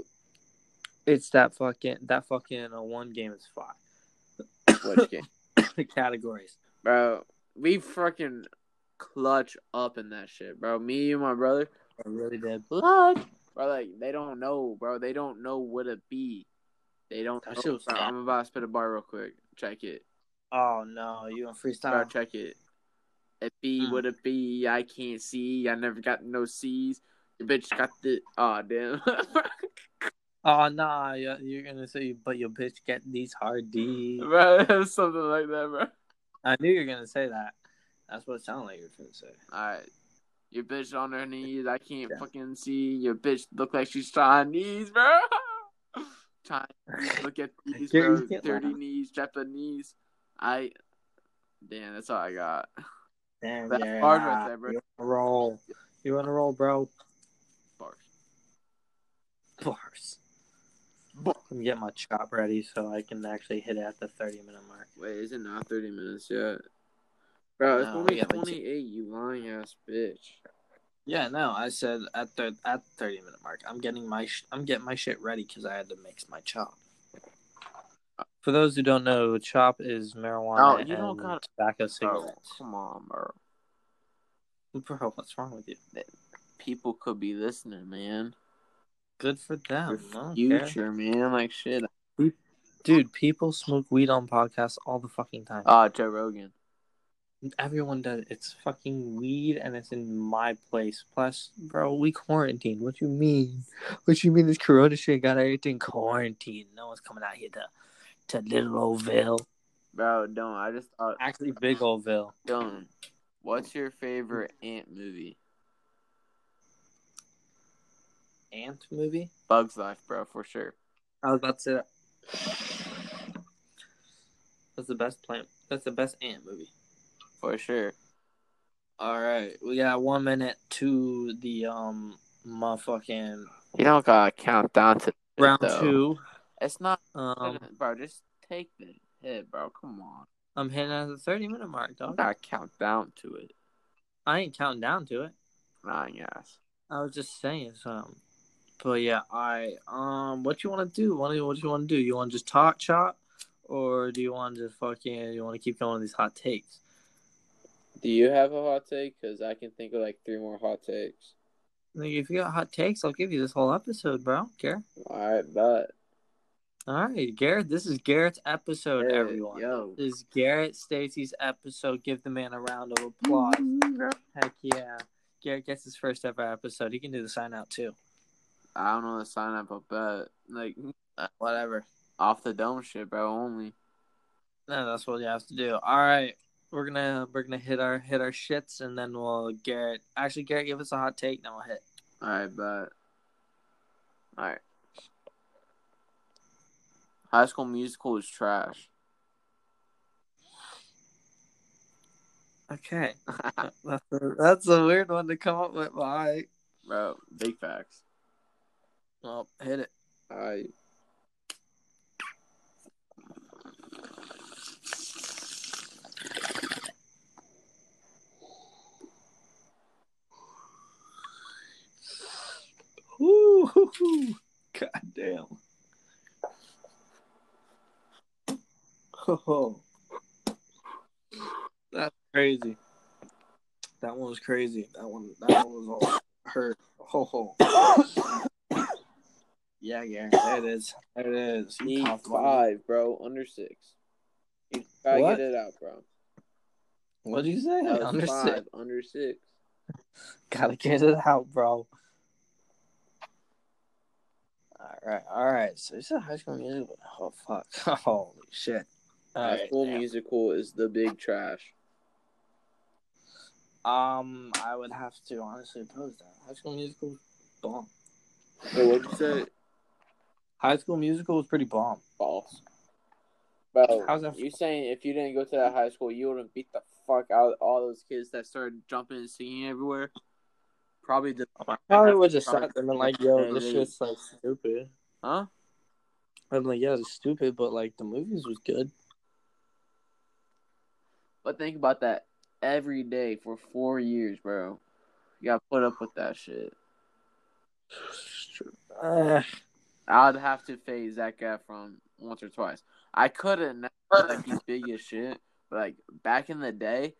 Speaker 1: it's that fucking that fucking uh, one game is fire.
Speaker 2: Which game?
Speaker 1: the categories.
Speaker 2: Bro, we fucking clutch up in that shit, bro. Me and my brother,
Speaker 1: I really did.
Speaker 2: clutch. Bro, like, they don't know, bro. They don't know what it be. They don't
Speaker 1: That
Speaker 2: know.
Speaker 1: shit was
Speaker 2: Bro,
Speaker 1: fire.
Speaker 2: I'm about to spit a bar real quick. Check it.
Speaker 1: Oh no, you in
Speaker 2: Bro,
Speaker 1: freestyle?
Speaker 2: check it. It be
Speaker 1: Mm.
Speaker 2: what it be. I can't see. I never got no C's. Your bitch got the. Aw, damn.
Speaker 1: Oh nah, you- you're gonna say, but your bitch get these hard D's.
Speaker 2: bro, something like that, bro.
Speaker 1: I knew you were gonna say that. That's what it sounded like you were gonna say.
Speaker 2: Alright. Your bitch on her knees. I can't
Speaker 1: Yeah.
Speaker 2: fucking see. Your bitch look like she's Chinese, bro. Chinese. Look at these,
Speaker 1: Gary,
Speaker 2: bro.
Speaker 1: you can't
Speaker 2: Dirty
Speaker 1: laugh.
Speaker 2: knees, Japanese. I. Damn, that's all I got.
Speaker 1: Damn,
Speaker 2: That's
Speaker 1: yeah.
Speaker 2: hard right there, bro.
Speaker 1: You on a roll. You on a roll, bro.
Speaker 2: Bars.
Speaker 1: Bars.
Speaker 2: Bar-
Speaker 1: Let me get my chop ready so I can actually hit it at the 30 minute mark.
Speaker 2: Wait, is it not 30 minutes yet? Bro, it's
Speaker 1: No,
Speaker 2: only
Speaker 1: we got, like, two-
Speaker 2: 28, you lying ass bitch.
Speaker 1: Yeah, no, I said at the at the 30 minute mark. I'm getting my sh- I'm getting my shit ready because I had to mix my chop. For those who don't know, chop is marijuana
Speaker 2: Oh, you don't
Speaker 1: and
Speaker 2: gotta-
Speaker 1: tobacco
Speaker 2: Bro,
Speaker 1: cigarettes.
Speaker 2: come on, bro.
Speaker 1: Bro, what's wrong with you?
Speaker 2: People could be listening, man.
Speaker 1: Good for
Speaker 2: Your
Speaker 1: them. I don't care.
Speaker 2: future, man. Like, shit.
Speaker 1: Dude, people smoke weed on podcasts all the fucking time.
Speaker 2: Ah, Joe Rogan.
Speaker 1: Everyone does. It's fucking weed, and it's in my place. Plus, bro, we quarantined. What you mean? What you mean? This Corona shit got everything quarantined. No one's coming out here to to Little Oldville.
Speaker 2: Bro, don't. I just thought.
Speaker 1: Actually, Big Oldville.
Speaker 2: Dylan, what's your favorite ant movie?
Speaker 1: Ant movie.
Speaker 2: Bugs Life, bro, for sure.
Speaker 1: I was about to say that. That's the best plant. That's the best ant movie.
Speaker 2: For sure.
Speaker 1: All right, we got one minute to the um motherfucking
Speaker 2: You don't gotta count down to it,
Speaker 1: round
Speaker 2: though.
Speaker 1: two.
Speaker 2: It's not, uh,
Speaker 1: Um,
Speaker 2: bro. Just take the hit, bro. Come on.
Speaker 1: I'm hitting at the thirty minute mark, dog.
Speaker 2: Don't gotta count down to it.
Speaker 1: I ain't counting down to it.
Speaker 2: Lying ass.
Speaker 1: I was just saying something. But yeah, I um, what you want to do? What do you, what you want to do? You want to just talk chop, or do you want to just fucking? You want to keep going with these hot takes?
Speaker 2: Do you have a hot take? Cause I can think of like three more hot takes.
Speaker 1: Like, if you got hot takes, I'll give you this whole episode, bro. I don't care.
Speaker 2: All right, but
Speaker 1: All right, Garrett. This is Garrett's episode,
Speaker 2: Hey,
Speaker 1: everyone.
Speaker 2: Yo.
Speaker 1: This is Garrett Stacy's episode. Give the man a round of applause. Heck yeah. Garrett gets his first ever episode. He can do the sign out too.
Speaker 2: I don't know the sign up about like
Speaker 1: Uh, whatever.
Speaker 2: off the dome shit, bro. Only.
Speaker 1: No, that's what you have to do. All right, we're gonna we're gonna hit our hit our shits, and then we'll Garrett. Actually, Garrett, give us a hot take, and then we'll hit.
Speaker 2: All right, but all right. High School Musical is trash.
Speaker 1: Okay, that's a, that's a weird one to come up with. But all right,
Speaker 2: Bro, big facts.
Speaker 1: well, hit it.
Speaker 2: All right.
Speaker 1: Ooh, hoo, hoo. God damn. Oh, that's crazy. That one was crazy. That one, that one was all hurt. Ho ho. Yeah, yeah, there it is. There it is. You
Speaker 2: Need
Speaker 1: popped one.
Speaker 2: five, bro. Under six. You gotta
Speaker 1: What?
Speaker 2: get it out, bro.
Speaker 1: What'd you say?
Speaker 2: That was
Speaker 1: Under
Speaker 2: five.
Speaker 1: six.
Speaker 2: Under six.
Speaker 1: Gotta get it out, bro. All right, all right. So this is High School Musical. Oh fuck! Holy shit! All
Speaker 2: High
Speaker 1: right,
Speaker 2: School
Speaker 1: damn.
Speaker 2: Musical is the big trash.
Speaker 1: Um, I would have to honestly oppose that. High School Musical was bomb.
Speaker 2: Bro, what'd you say?
Speaker 1: High School Musical was pretty bomb.
Speaker 2: False. Bro,
Speaker 1: How's that-
Speaker 2: you saying if you didn't go to that high school, you would have beat the fuck out of all those kids that started jumping and singing everywhere? Probably the
Speaker 1: I Oh probably would just shot them and like, yo, this
Speaker 2: Probably.
Speaker 1: shit's like stupid.
Speaker 2: huh?
Speaker 1: I'm like, yeah, it's stupid, but like the movies was good.
Speaker 2: But think about that every day for four years, bro. You gotta put up with that shit.
Speaker 1: Uh,
Speaker 2: I'd have to phase Zach Efron once or twice. I couldn't now, like he's big as shit, but like back in the day,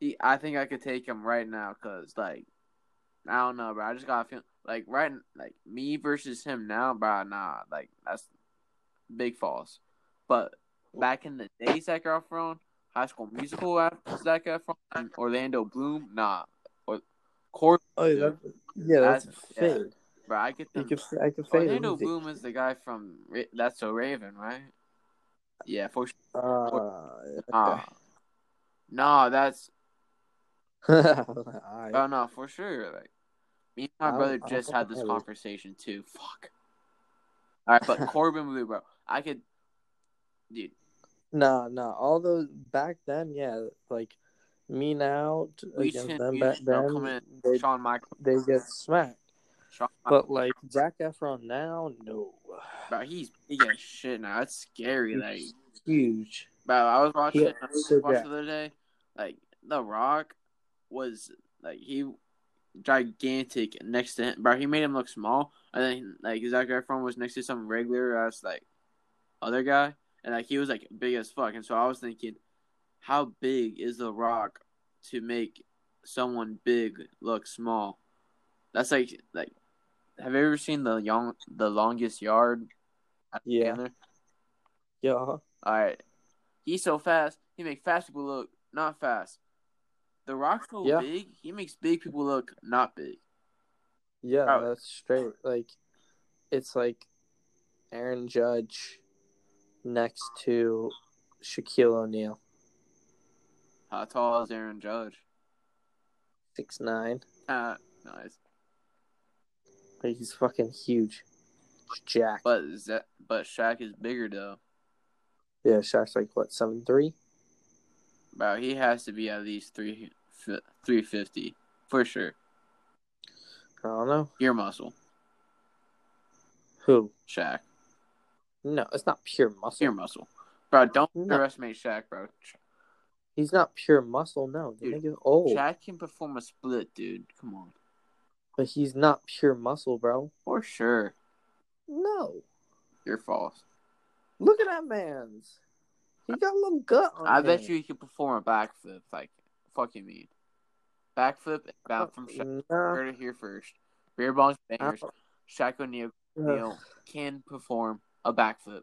Speaker 2: he, I think I could take him right now because like I don't know, bro. I just got a feel like right like me versus him now, bro. Nah, like that's big falls. But back in the day, Zach Efron, High School Musical, after Zach Efron, and Orlando Bloom, nah, or Corey,
Speaker 1: oh, yeah, that, yeah, that's,
Speaker 2: That's- yeah.
Speaker 1: fake.
Speaker 2: bro. I get
Speaker 1: You
Speaker 2: them
Speaker 1: could, I could fade
Speaker 2: Orlando
Speaker 1: anything.
Speaker 2: Bloom is the guy from Ra- That's So Raven, right? Yeah, for sure.
Speaker 1: Uh,
Speaker 2: Nah. No, that's
Speaker 1: Alright.
Speaker 2: oh no, for sure. Like me and my
Speaker 1: I don't-
Speaker 2: brother
Speaker 1: I don't
Speaker 2: just
Speaker 1: think
Speaker 2: had
Speaker 1: I
Speaker 2: this
Speaker 1: would.
Speaker 2: conversation too. Fuck. All right, but Corbin Blue, bro, I could, dude.
Speaker 1: No, no. All those back then, yeah. Like me now t-
Speaker 2: We
Speaker 1: against
Speaker 2: shouldn't
Speaker 1: them
Speaker 2: use
Speaker 1: back
Speaker 2: Bill
Speaker 1: then,
Speaker 2: Clinton.
Speaker 1: they,
Speaker 2: Shawn Michaels,
Speaker 1: they get smacked.
Speaker 2: Shawn Michaels,
Speaker 1: But like Zac Efron now, no.
Speaker 2: bro, he's big as shit now. That's scary. Like,
Speaker 1: He's huge.
Speaker 2: bro, I was watching,
Speaker 1: Yeah,
Speaker 2: I was
Speaker 1: so
Speaker 2: watching
Speaker 1: jacked.
Speaker 2: the other day, like The Rock was like he gigantic next to him, bro. He made him look small, and then like Zac Efron was next to some regular ass like other guy, and like he was like big as fuck. And so I was thinking, how big is The Rock to make someone big look small? That's like like have you ever seen the young the longest yard?
Speaker 1: Yeah.
Speaker 2: Sandler?
Speaker 1: Yeah. uh-huh.
Speaker 2: All right. He's so fast. He make fast people look not fast. The Rock's so
Speaker 1: Yeah.
Speaker 2: big. He makes big people look not big.
Speaker 1: Yeah,
Speaker 2: Bro.
Speaker 1: that's straight. Like it's like Aaron Judge next to Shaquille O'Neal.
Speaker 2: How tall is Aaron Judge?
Speaker 1: Six nine.
Speaker 2: Uh, nice.
Speaker 1: Like he's fucking huge. Jack.
Speaker 2: But that but Shaq is bigger though.
Speaker 1: yeah, Shaq's like what, seven three?
Speaker 2: Bro, he has to be at least three three fifty for sure.
Speaker 1: I don't know.
Speaker 2: Pure muscle,
Speaker 1: Who?
Speaker 2: Shaq.
Speaker 1: No, it's not pure muscle.
Speaker 2: Pure muscle, bro. Don't
Speaker 1: No.
Speaker 2: underestimate Shaq, bro.
Speaker 1: He's not pure muscle. No, the
Speaker 2: Dude,
Speaker 1: nigga's old,
Speaker 2: Shaq can perform a split, dude. Come on,
Speaker 1: but he's not pure muscle, bro.
Speaker 2: for sure.
Speaker 1: No,
Speaker 2: You're false.
Speaker 1: look at that man's. He got a little gut on
Speaker 2: I bet
Speaker 1: him.
Speaker 2: you he could perform a backflip, like fucking mean. Backflip and bound from Shaq.
Speaker 1: Nah,
Speaker 2: Heard it here first. Beer bongs
Speaker 1: I
Speaker 2: bangers. Shaq O'Neal
Speaker 1: don't-
Speaker 2: O'Neal can perform a backflip,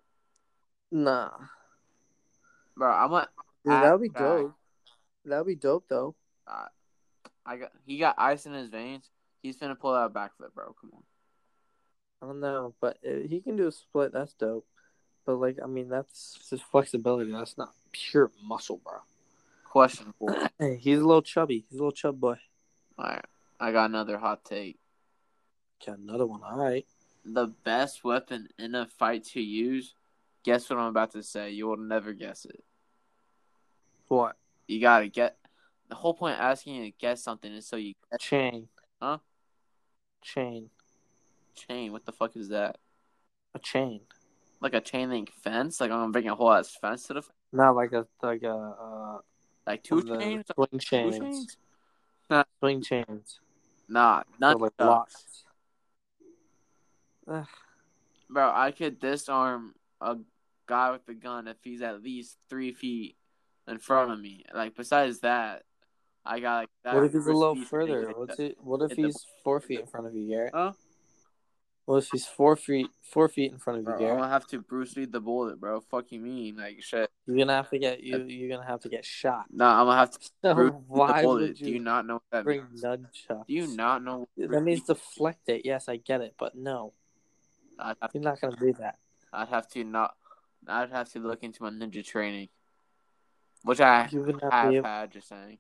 Speaker 1: nah.
Speaker 2: bro. I'm a,
Speaker 1: Dude,
Speaker 2: I-
Speaker 1: that would be
Speaker 2: nah.
Speaker 1: dope. That would be dope, though.
Speaker 2: I got he got ice in his veins. He's gonna pull out a backflip, bro. Come on.
Speaker 1: I don't know, but uh he can do a split. That's dope. But like, I mean, that's just flexibility. That's not pure muscle, bro.
Speaker 2: Questionable.
Speaker 1: Hey, he's a little chubby. He's a little chub boy.
Speaker 2: All right, I got another hot take.
Speaker 1: Got another one. All right.
Speaker 2: The best weapon in a fight to use. Guess what I'm about to say? You will never guess it.
Speaker 1: What?
Speaker 2: You gotta get. The whole point of asking you to guess something is so you guess
Speaker 1: Chain.
Speaker 2: Huh?
Speaker 1: Chain.
Speaker 2: chain. What the fuck is that?
Speaker 1: A chain.
Speaker 2: Like a chain link fence? Like I'm gonna bring a whole ass fence to the f-
Speaker 1: Not like a like a uh,
Speaker 2: like two
Speaker 1: the
Speaker 2: chains?
Speaker 1: Swing
Speaker 2: Two
Speaker 1: chains.
Speaker 2: chains?
Speaker 1: Swing chains.
Speaker 2: Nah,
Speaker 1: Or
Speaker 2: none
Speaker 1: like
Speaker 2: of-
Speaker 1: locks. Ugh,
Speaker 2: Bro, I could disarm a guy with a gun if he's at least three feet in front of me. Like besides that, I got like that
Speaker 1: what if he's a little
Speaker 2: risky thing
Speaker 1: further?
Speaker 2: with
Speaker 1: What's
Speaker 2: the-
Speaker 1: it? What if
Speaker 2: hit the-
Speaker 1: he's four feet in front of you, Garrett?
Speaker 2: Huh?
Speaker 1: What if he's four feet four feet in front of
Speaker 2: Bro,
Speaker 1: you,
Speaker 2: I'm
Speaker 1: Garrett?
Speaker 2: gonna have to Bruce Lee the bullet, bro. Fuck you mean like shit.
Speaker 1: You're gonna have to get you. You're gonna have to get shot.
Speaker 2: Nah, I'm gonna have to
Speaker 1: So
Speaker 2: Bruce Lee
Speaker 1: why
Speaker 2: the bullet.
Speaker 1: would
Speaker 2: Do you
Speaker 1: you
Speaker 2: not know what that
Speaker 1: bring
Speaker 2: means?
Speaker 1: nunchucks?
Speaker 2: Do you not know? what
Speaker 1: That
Speaker 2: Bruce
Speaker 1: means
Speaker 2: Lee-
Speaker 1: deflect it. Yes, I get it, but no,
Speaker 2: I'd have,
Speaker 1: you're not gonna do that.
Speaker 2: I'd have to not. I'd have to look into my ninja training, which I
Speaker 1: You would not
Speaker 2: have
Speaker 1: be able,
Speaker 2: had. Just saying.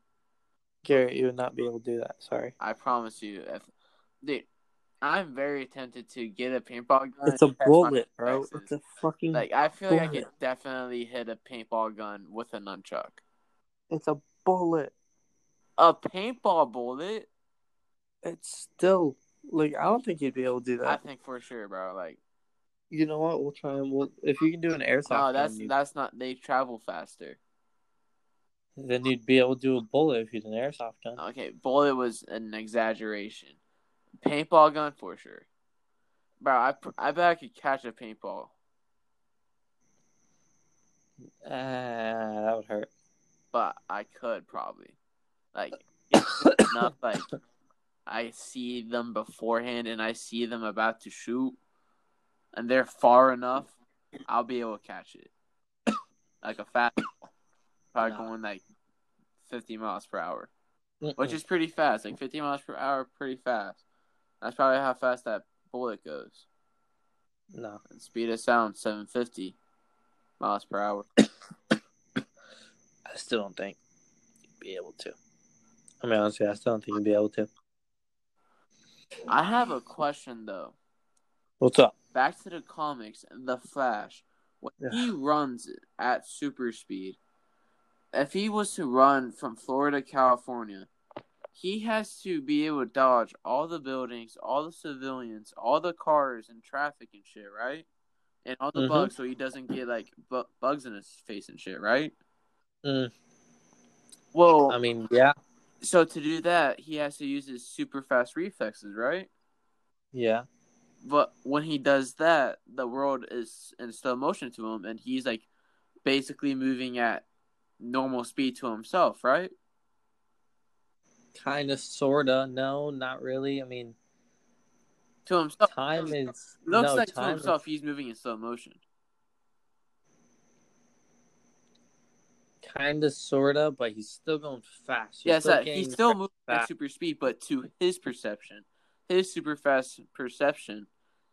Speaker 1: Garrett. You would not be able to do that. Sorry.
Speaker 2: I promise you, if dude, I'm very tempted to get a paintball gun.
Speaker 1: It's a
Speaker 2: and test my
Speaker 1: bullet, bro.
Speaker 2: reflexes.
Speaker 1: It's a fucking.
Speaker 2: Like I feel like I could
Speaker 1: bullet.
Speaker 2: definitely hit a paintball gun with a nunchuck.
Speaker 1: It's a bullet.
Speaker 2: A paintball bullet,
Speaker 1: It's still like I don't think you'd be able to do
Speaker 2: I
Speaker 1: that.
Speaker 2: think for sure, bro. Like
Speaker 1: You know what? We'll try and we'll if you can do an airsoft.
Speaker 2: no,
Speaker 1: gun,
Speaker 2: Oh, that's
Speaker 1: you-
Speaker 2: that's not. They travel faster.
Speaker 1: Then you'd be able to do a bullet if you did an airsoft gun.
Speaker 2: Okay, bullet was an exaggeration. Paintball gun for sure, bro. I pr- I bet I could catch a paintball.
Speaker 1: Ah, that would hurt.
Speaker 2: but I could probably. Like enough like I see them beforehand and I see them about to shoot and they're far enough, I'll be able to catch it. like a fast probably
Speaker 1: Nah.
Speaker 2: going like fifty miles per hour. Which
Speaker 1: Mm-mm.
Speaker 2: is pretty fast. Like fifty miles per hour pretty fast. That's probably how fast that bullet goes.
Speaker 1: no,
Speaker 2: And speed of sound seven fifty miles per hour.
Speaker 1: I still don't think you'd be able to. I mean, honestly, I still don't think you'd be able to.
Speaker 2: I have a question though.
Speaker 1: What's up?
Speaker 2: back to the comics, the Flash, when
Speaker 1: Yeah.
Speaker 2: he runs at super speed, if he was to run from Florida, California, he has to be able to dodge all the buildings, all the civilians, all the cars and traffic and shit, right? And all the
Speaker 1: Mhm.
Speaker 2: bugs, so he doesn't get like bu- bugs in his face and shit, right?
Speaker 1: Mm,
Speaker 2: Well,
Speaker 1: I mean, yeah,
Speaker 2: so to do that, he has to use his super fast reflexes, right?
Speaker 1: yeah.
Speaker 2: But when he does that, the world is in slow motion to him, and he's like basically moving at normal speed to himself, right?
Speaker 1: Kind of, sorta. No, not really. I mean,
Speaker 2: To himself.
Speaker 1: time is
Speaker 2: Looks
Speaker 1: no
Speaker 2: like to
Speaker 1: time. is-
Speaker 2: himself, he's moving in slow motion.
Speaker 1: kind of, sorta, but he's still going fast.
Speaker 2: yes, that, he's
Speaker 1: getting
Speaker 2: still moving
Speaker 1: back.
Speaker 2: at super speed, but to his perception, his super fast perception,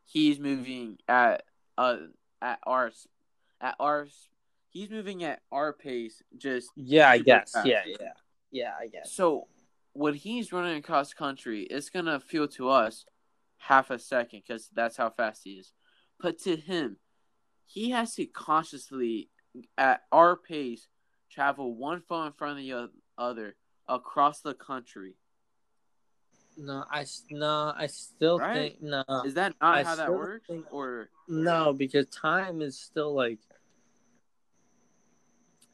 Speaker 2: he's
Speaker 1: Mm-hmm.
Speaker 2: moving at uh at our s- at our s- he's moving at our pace, just
Speaker 1: Yeah, I
Speaker 2: super
Speaker 1: guess.
Speaker 2: fast.
Speaker 1: Yeah, yeah, yeah. I guess.
Speaker 2: So when he's running across country, it's gonna feel to us half a second because that's how fast he is. But to him, he has to consciously, at our pace, travel one foot in front of the o- other across the country.
Speaker 1: No, I s- no, I still
Speaker 2: Right?
Speaker 1: think no,
Speaker 2: Is that not
Speaker 1: Uh, I
Speaker 2: how that
Speaker 1: still
Speaker 2: works?
Speaker 1: think-
Speaker 2: Or
Speaker 1: no, because time is still like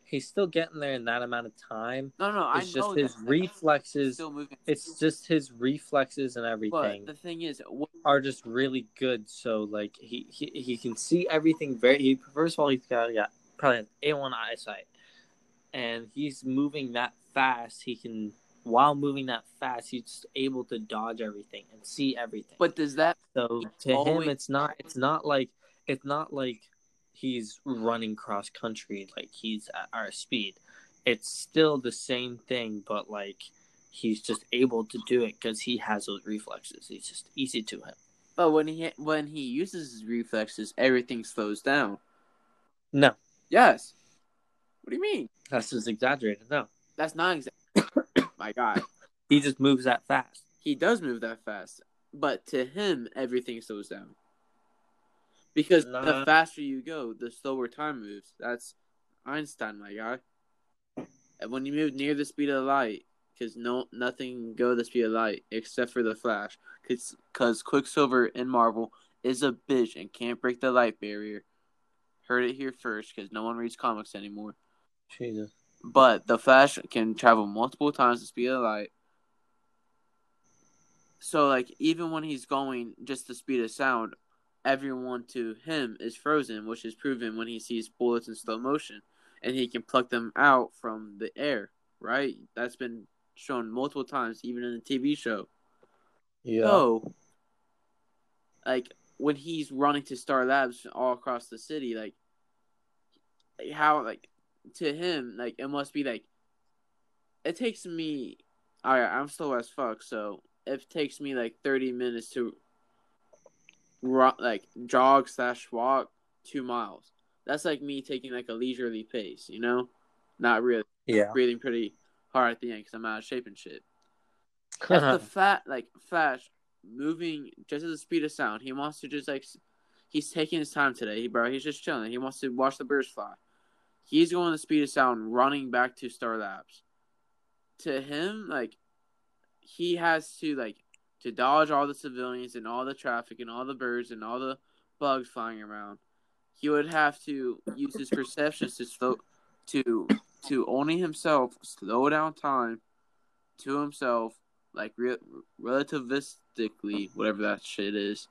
Speaker 1: he's still getting there in that amount of time.
Speaker 2: no, no,
Speaker 1: It's
Speaker 2: I know
Speaker 1: just his
Speaker 2: that. He's
Speaker 1: reflexes.
Speaker 2: still moving.
Speaker 1: It's just his reflexes and everything
Speaker 2: But the thing is, what,
Speaker 1: are just really good. So like he he, he can see everything very. He, first of all, he's got, got probably an A one eyesight, and he's moving that fast. He can while moving that fast, he's able to dodge everything and see everything.
Speaker 2: but does that
Speaker 1: So
Speaker 2: It's
Speaker 1: to
Speaker 2: always-
Speaker 1: him, it's not. It's not like. It's not like he's running cross country like he's at our speed. It's still the same thing, but like he's just able to do it because he has those reflexes. It's just easy to him.
Speaker 2: But when he when he uses his reflexes, everything slows down.
Speaker 1: No,
Speaker 2: Yes. What do you mean?
Speaker 1: that's just exaggerated. No,
Speaker 2: That's not exact. My God,
Speaker 1: he just moves that fast.
Speaker 2: he does move that fast, but to him, everything slows down. Because the
Speaker 1: Nah.
Speaker 2: faster you go, the slower time moves. That's Einstein, my guy. And when you move near the speed of light, because no nothing go the speed of light except for the Flash, because Quicksilver in Marvel is a bitch and can't break the light barrier. Heard it here first, because no one reads comics anymore.
Speaker 1: Jesus.
Speaker 2: But the Flash can travel multiple times the speed of light. So like even when he's going just the speed of sound, everyone to him is frozen, which is proven when he sees bullets in slow motion and he can pluck them out from the air, right? That's been shown multiple times even in the TV show.
Speaker 1: Yeah.
Speaker 2: So, like when he's running to Star Labs all across the city, like how like to him, like it must be like it takes me. All right, I'm slow as fuck, so it takes me like 30 minutes to run, like jog slash walk two miles. That's like me taking like a leisurely pace, you know, not really
Speaker 1: Yeah.
Speaker 2: breathing pretty hard at the end because I'm out of shape and shit.
Speaker 1: Uh-huh.
Speaker 2: That's the fat like Flash moving just at the speed of sound. He wants to just like s- he's taking his time today, he- bro. He's just chilling. He wants to watch the birds fly. He's going the speed of sound, running back to Star Labs. To him, like he has to like to dodge all the civilians and all the traffic and all the birds and all the bugs flying around. He would have to use his perceptions to slow to to only himself slow down time to himself like re- relativistically, whatever that shit is,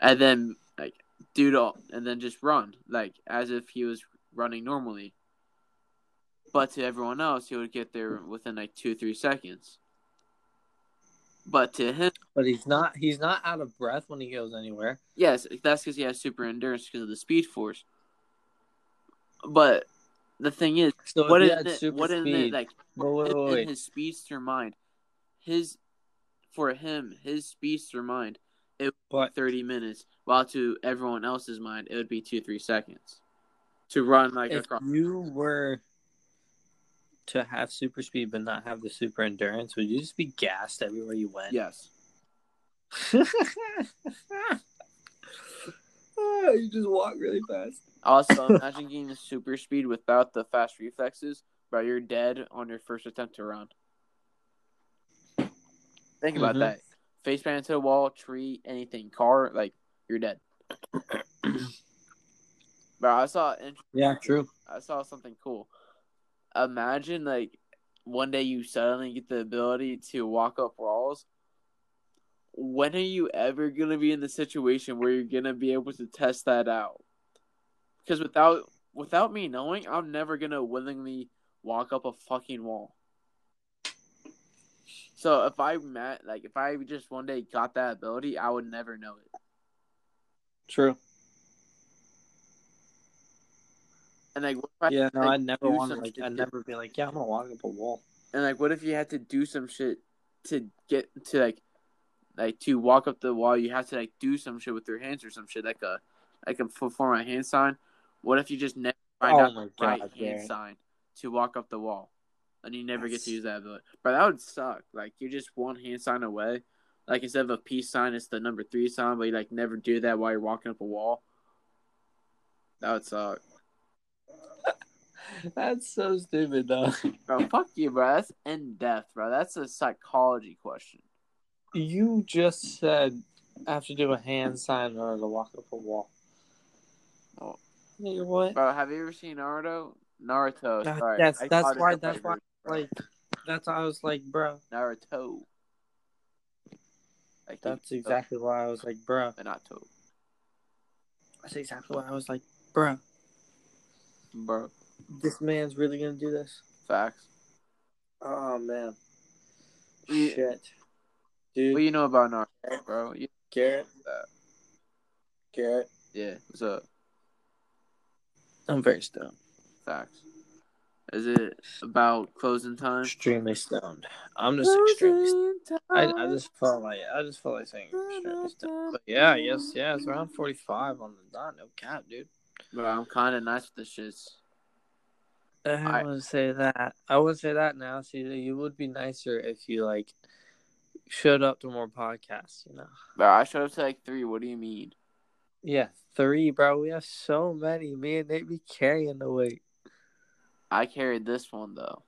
Speaker 2: and then like do it all, and then just run like as if he was running normally. But to everyone else, he would get there within like two three seconds. But to him,
Speaker 1: but he's not. He's not out of breath when he goes anywhere.
Speaker 2: yes, that's because he has super endurance because of the speed force. But the thing is,
Speaker 1: So
Speaker 2: what
Speaker 1: if
Speaker 2: is
Speaker 1: he had
Speaker 2: it?
Speaker 1: super
Speaker 2: What is
Speaker 1: speed?
Speaker 2: it like?
Speaker 1: Wait, wait, wait,
Speaker 2: in,
Speaker 1: wait.
Speaker 2: his speedster mind, his for him, his speedster mind,
Speaker 1: But
Speaker 2: thirty minutes, while to everyone else's mind, it would be two three seconds to run like
Speaker 1: if
Speaker 2: across.
Speaker 1: you were to have super speed but not have the super endurance, would you just be gassed everywhere you went?
Speaker 2: Yes,
Speaker 1: Ah, you just walk really fast.
Speaker 2: Also, imagine getting the super speed without the fast reflexes, bro. You're dead on your first attempt to run. Think about
Speaker 1: Mhm.
Speaker 2: that. Face plant into a wall, tree, anything, car, like you're dead. Bro, I saw an
Speaker 1: Yeah, true.
Speaker 2: I saw something cool. Imagine like one day you suddenly get the ability to walk up walls. When are you ever gonna be in the situation where you're gonna be able to test that out? Because without without me knowing, I'm never gonna willingly walk up a fucking wall. So if I met like if I just one day got that ability, I would never know it.
Speaker 1: True.
Speaker 2: And like what if I
Speaker 1: Yeah, no,
Speaker 2: like,
Speaker 1: I'd never
Speaker 2: do
Speaker 1: want to
Speaker 2: some
Speaker 1: like
Speaker 2: shit
Speaker 1: I'd
Speaker 2: to-
Speaker 1: never be like, Yeah, I'm gonna walk up a wall.
Speaker 2: And like, what if you had to do some shit to get to like, like to walk up the wall? You have to like do some shit with your hands or some shit, like a, like a perform a hand sign. What if you just never find
Speaker 1: Oh
Speaker 2: out
Speaker 1: my
Speaker 2: the
Speaker 1: God,
Speaker 2: right hand
Speaker 1: Garrett.
Speaker 2: sign to walk up the wall, and you never get
Speaker 1: That's-
Speaker 2: to use that ability? But that would suck. Like you're just one hand sign away. Like instead of a peace sign, it's the number three sign, but you like never do that while you're walking up a wall. That would suck,
Speaker 1: That's so stupid though.
Speaker 2: bro. Fuck you, bro. That's in depth, bro. That's a psychology question.
Speaker 1: You just said I have to do a hand sign in order to walk up a wall.
Speaker 2: Oh.
Speaker 1: Nigga, what?
Speaker 2: Bro, have you ever seen Naruto? Naruto.
Speaker 1: That-
Speaker 2: sorry.
Speaker 1: that's-
Speaker 2: I
Speaker 1: that's
Speaker 2: called it
Speaker 1: why-
Speaker 2: the
Speaker 1: that's why,
Speaker 2: Naruto.
Speaker 1: Like that's why I was like, bro.
Speaker 2: Naruto. Like
Speaker 1: That's
Speaker 2: the-
Speaker 1: exactly why I was like, bro.
Speaker 2: but not to,
Speaker 1: That's exactly why I was like, bro.
Speaker 2: bro.
Speaker 1: This man's really gonna do this.
Speaker 2: Facts.
Speaker 1: Oh man.
Speaker 2: Yeah.
Speaker 1: Shit. Dude,
Speaker 2: What do you know about Naruto, bro? You-
Speaker 1: Garrett.
Speaker 2: that.
Speaker 1: Garrett.
Speaker 2: Yeah. What's up?
Speaker 1: I'm very stoned.
Speaker 2: Facts. Is it about closing time?
Speaker 1: Extremely stoned. I'm just extremely. Stoned. I, I just felt like I just felt like saying extremely stoned. But yeah, yes, yeah, it's around 45 on the dot. No cap, dude.
Speaker 2: Bro, I'm kind of nice with the shits.
Speaker 1: I
Speaker 2: I-
Speaker 1: wouldn't say that. I wouldn't say that now. See, you would be nicer if you like showed up to more podcasts. You know.
Speaker 2: Bro, I showed up to like three. What do you mean?
Speaker 1: Yeah, three, bro. We have so many. Me and Nate be carrying the weight.
Speaker 2: I carried this one though.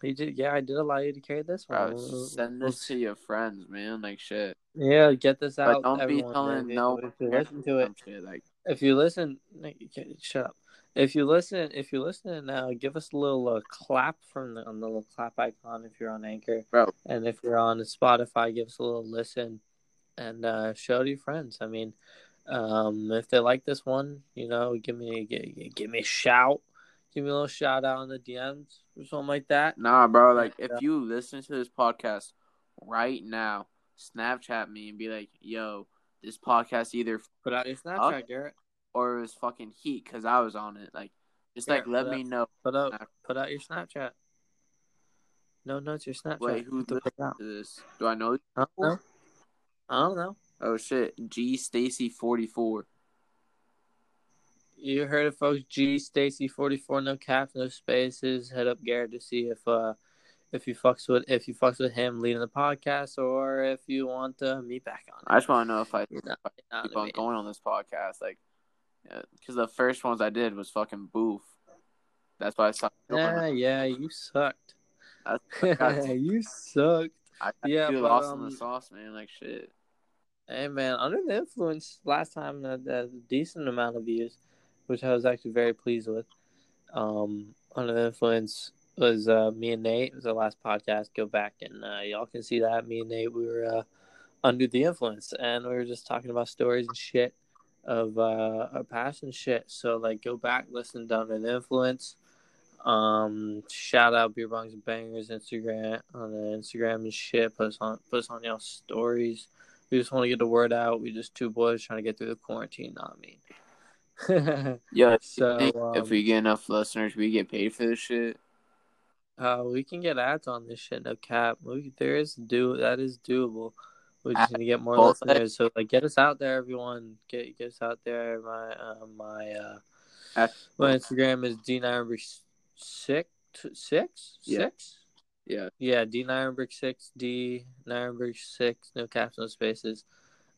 Speaker 1: You did, yeah. I did allow you to carry this one.
Speaker 2: Bro, send this to your friends, man. Like shit.
Speaker 1: Yeah, get this
Speaker 2: But
Speaker 1: out.
Speaker 2: don't be
Speaker 1: everyone,
Speaker 2: telling
Speaker 1: baby.
Speaker 2: no
Speaker 1: If you
Speaker 2: one
Speaker 1: listen to it,
Speaker 2: some shit, Like,
Speaker 1: if you listen, Nick, you can't- shut up. If you listen, if you listen now, give us a little uh, clap from the on the little clap icon if you're on Anchor,
Speaker 2: Bro.
Speaker 1: And if you're on Spotify, give us a little listen, and uh, show to your friends. I mean, um, if they like this one, you know, give me give, give me a shout, give me a little shout out on the DMs or something like that.
Speaker 2: nah, bro. Like, if
Speaker 1: Yeah.
Speaker 2: you listen to this podcast right now, Snapchat me and be like, "Yo, this podcast either
Speaker 1: Put out your Snapchat,
Speaker 2: Okay.
Speaker 1: Garrett.
Speaker 2: or it was fucking heat because I was on it." Like, just like
Speaker 1: Yeah,
Speaker 2: let
Speaker 1: yeah.
Speaker 2: me know.
Speaker 1: Put out
Speaker 2: Snap.
Speaker 1: put out your Snapchat. No, no, it's your Snapchat.
Speaker 2: Wait, who
Speaker 1: Put the fuck out.
Speaker 2: This do I know?
Speaker 1: I don't know. I don't know.
Speaker 2: Oh shit, G Stacy forty four.
Speaker 1: You heard it, folks. G Stacy forty four, no caps, no spaces. Head up Garrett to see if uh if you fucks with if you fucks with him leading the podcast or if you want uh, me back on.
Speaker 2: I just want to know if I
Speaker 1: You know, you know
Speaker 2: keep
Speaker 1: what I
Speaker 2: on
Speaker 1: mean?
Speaker 2: going on this podcast, like, because the first ones I did was fucking boof. That's why I stopped. doing
Speaker 1: Yeah,
Speaker 2: it.
Speaker 1: yeah, you sucked.
Speaker 2: That's-
Speaker 1: you sucked.
Speaker 2: I
Speaker 1: Yeah,
Speaker 2: feel
Speaker 1: but,
Speaker 2: lost in
Speaker 1: um,
Speaker 2: the sauce, man. Like shit.
Speaker 1: Hey man, under the influence last time a, a decent amount of views, which I was actually very pleased with. Um, under the influence was uh, me and Nate. It was our last podcast. Go back and uh, y'all can see that me and Nate we were uh, under the influence and we were just talking about stories and shit of uh, our past and shit. So like, go back, listen to under the influence. Um, shout out Beer Bongs and Bangers Instagram on the Instagram and shit. Put us on put us on y'all stories. We just want to get the word out. We just two boys trying to get through the quarantine. Know what I mean,
Speaker 2: Yeah.
Speaker 1: so
Speaker 2: if
Speaker 1: um,
Speaker 2: we get enough listeners, we get paid for this shit.
Speaker 1: uh, we can get ads on this shit. No cap. We, there is do that is doable. We just need to get more
Speaker 2: Both-
Speaker 1: listeners. So like, get us out there, everyone. Get get us out there. My uh, my uh,
Speaker 2: At-
Speaker 1: my Instagram is d number six six
Speaker 2: Yeah.
Speaker 1: six.
Speaker 2: Yeah.
Speaker 1: Yeah, D Nirenberg six, D Nirenberg six, no caps, no spaces.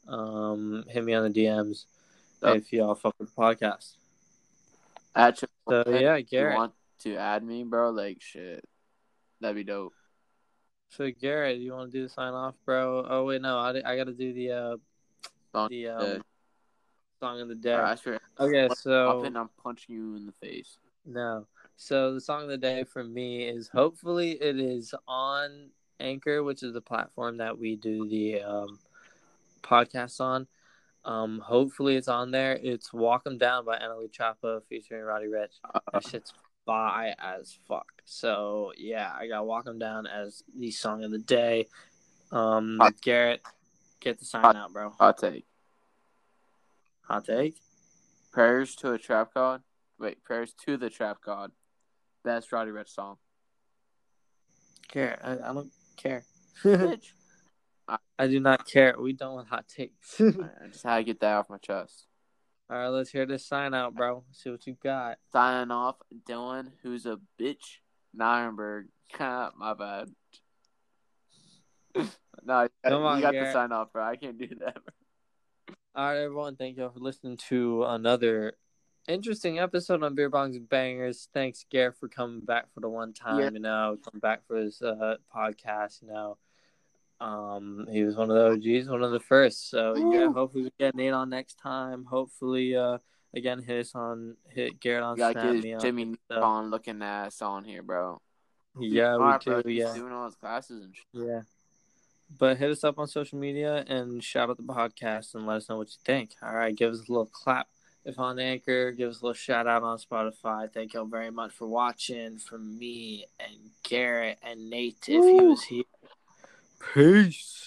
Speaker 1: Um, hit me on the DMs
Speaker 2: Oh.
Speaker 1: if y'all fuck with the podcast.
Speaker 2: At
Speaker 1: So
Speaker 2: Chipotle,
Speaker 1: yeah,
Speaker 2: if you
Speaker 1: Garrett.
Speaker 2: want to add me, bro? Like shit. That'd be dope.
Speaker 1: So Garrett, you want to do the sign off, bro? Oh wait, no, I, I got to do the uh
Speaker 2: Song
Speaker 1: the um,
Speaker 2: day.
Speaker 1: song of the day.
Speaker 2: Bro, I swear,
Speaker 1: Okay,
Speaker 2: What-
Speaker 1: so
Speaker 2: up and I'm punching you in the face.
Speaker 1: No. So the song of the day for me is hopefully it is on Anchor, which is the platform that we do the um, podcast on. Um, hopefully it's on there. It's "Walk 'Em Down by Annalie Choppa featuring Roddy Rich.
Speaker 2: Uh,
Speaker 1: That shit's by as fuck. So yeah, I got "Walk 'Em Down as the song of the day. Um,
Speaker 2: Hot-
Speaker 1: Garrett, get the sign
Speaker 2: hot-
Speaker 1: out, bro.
Speaker 2: Hot take.
Speaker 1: Hot take.
Speaker 2: Prayers to a trap god. Wait, prayers to the trap god. Best Roddy Rich song.
Speaker 1: Garrett, I, I don't care.
Speaker 2: Bitch.
Speaker 1: I do not care. We don't want hot takes.
Speaker 2: I just had to get that off my chest.
Speaker 1: All right, let's hear this sign out, bro. See what you got.
Speaker 2: Signing off, Dylan, who's a bitch. Nirenberg. my bad. no,
Speaker 1: Come
Speaker 2: you
Speaker 1: on,
Speaker 2: got
Speaker 1: Garrett.
Speaker 2: to sign off, bro. I can't do that. Bro.
Speaker 1: All right, everyone. Thank y'all for listening to another interesting episode on Beer Bongs and Bangers. Thanks, Garrett, for coming back for the one time.
Speaker 2: Yeah.
Speaker 1: You know, coming back for his uh, podcast. You know, um, he was one of the OGs, one of the first. So yeah,
Speaker 2: Woo.
Speaker 1: hopefully we get Nate on next time. Hopefully, uh, again, hit us on hit Garrett on
Speaker 2: You gotta
Speaker 1: Snap. Me
Speaker 2: get
Speaker 1: on.
Speaker 2: Jimmy
Speaker 1: stuff.
Speaker 2: Bond looking ass on here, bro.
Speaker 1: Yeah,
Speaker 2: All right,
Speaker 1: we
Speaker 2: bro,
Speaker 1: do.
Speaker 2: he's
Speaker 1: Yeah.
Speaker 2: doing all his classes and shit.
Speaker 1: Yeah. But hit us up on social media and shout out the podcast and let us know what you think. All right, give us a little clap if on Anchor, give us a little shout out on Spotify. Thank y'all very much for watching. From me and Garrett and Nate, if he
Speaker 2: Woo.
Speaker 1: was here. Peace.